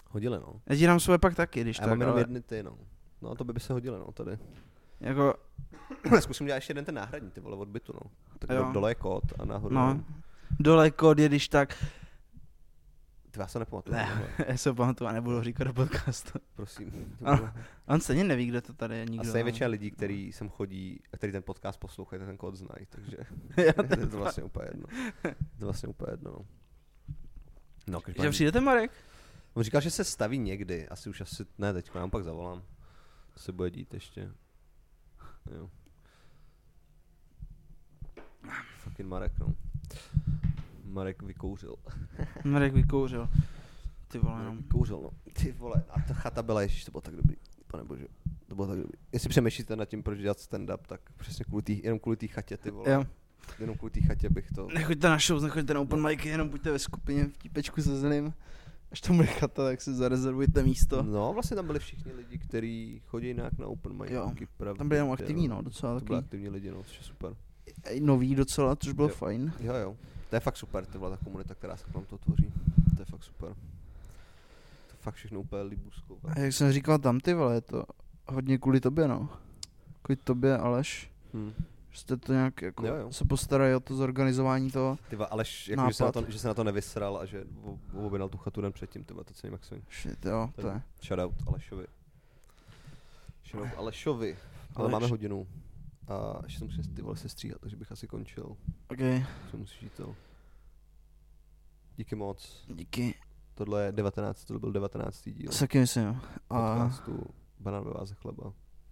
Speaker 2: Hodili, no.
Speaker 1: Já ti dám svoje pak taky, když
Speaker 2: Já
Speaker 1: tak,
Speaker 2: mám jenom
Speaker 1: ale
Speaker 2: jedny ty, no. No, to by, by se hodilo, no, tady.
Speaker 1: jako,
Speaker 2: [COUGHS] Zkusím dělat ještě jeden ten náhradní, ty vole, od bytu, no. Tak
Speaker 1: Jo.
Speaker 2: do, dole je kód a nahoru.
Speaker 1: no, dole kód je, když tak, [LAUGHS]
Speaker 2: Ty já se nepamatuju.
Speaker 1: ne,
Speaker 2: Ne.
Speaker 1: já se ho pamatuju a nebudu říkat do podcastu.
Speaker 2: [LAUGHS] Prosím.
Speaker 1: Ano, On stejně neví, kde to tady je
Speaker 2: A
Speaker 1: nikdo.
Speaker 2: stejně
Speaker 1: no.
Speaker 2: většina lidí, který sem chodí, a který ten podcast poslouchají, tak ten kód znají,
Speaker 1: [LAUGHS]
Speaker 2: takže [LAUGHS]
Speaker 1: Jo,
Speaker 2: to je
Speaker 1: [LAUGHS]
Speaker 2: to vlastně úplně jedno. Je to vlastně úplně jedno, no. No,
Speaker 1: Že
Speaker 2: každopádně-
Speaker 1: přijdete, Marek?
Speaker 2: On říkal, že se staví někdy, asi už asi, ne teď, já mu pak zavolám. To se bude dít ještě. Jo. Fucking Marek, no. Marek vykouřil.
Speaker 1: Marek vykouřil. Ty vole,
Speaker 2: Marek
Speaker 1: no.
Speaker 2: vykouřil, no. Ty vole, a ta chata byla, ještě to bylo tak dobrý. Pane bože, to bylo tak dobrý. Jestli přemýšlíte nad tím, proč dělat stand-up, tak přesně kvůli tý, jenom kvůli té chatě, ty vole.
Speaker 1: Jo.
Speaker 2: Jenom kvůli té chatě bych to...
Speaker 1: Nechoďte na show, nechoďte na open mic, jenom buďte ve skupině v típečku se zlým. Až tam bude chata, tak si zarezervujte místo.
Speaker 2: No, vlastně tam byli všichni lidi, kteří chodí nějak na open mic.
Speaker 1: Jo. Tam byli jenom aktivní, no,
Speaker 2: To
Speaker 1: docela
Speaker 2: byli
Speaker 1: taky.
Speaker 2: aktivní lidi, no, což je super.
Speaker 1: nový docela, což bylo
Speaker 2: Jo.
Speaker 1: fajn.
Speaker 2: Jo, jo. To je fakt super, ty vole, ta komunita, která se kolem toho tvoří. To je fakt super. To fakt všechno úplně libůskou.
Speaker 1: A jak jsem říkal tam ty vole, je to hodně kvůli tobě no. Kvůli tobě Aleš,
Speaker 2: Hmm.
Speaker 1: že jste to nějak jako
Speaker 2: Jo, jo.
Speaker 1: se postarají o to zorganizování toho.
Speaker 2: Ty vole, Aleš, jako, že, se na
Speaker 1: Nápad.
Speaker 2: to, že se na to nevysral a že ob- objednal tu chatu den předtím, ty vole, to cením jak svým.
Speaker 1: Shit, jo, to je.
Speaker 2: Shoutout Alešovi. Shoutout Alešovi. Ale
Speaker 1: Ah. Aleš.
Speaker 2: máme hodinu. A ještě se musím ty vole se stříhat, takže bych asi končil.
Speaker 1: Ok,
Speaker 2: Co musíš jít to? Díky moc.
Speaker 1: díky.
Speaker 2: Tohle je 19, tohle byl 19. díl
Speaker 1: Taky myslím, jo. A
Speaker 2: podcastu Banán ve váze chleba.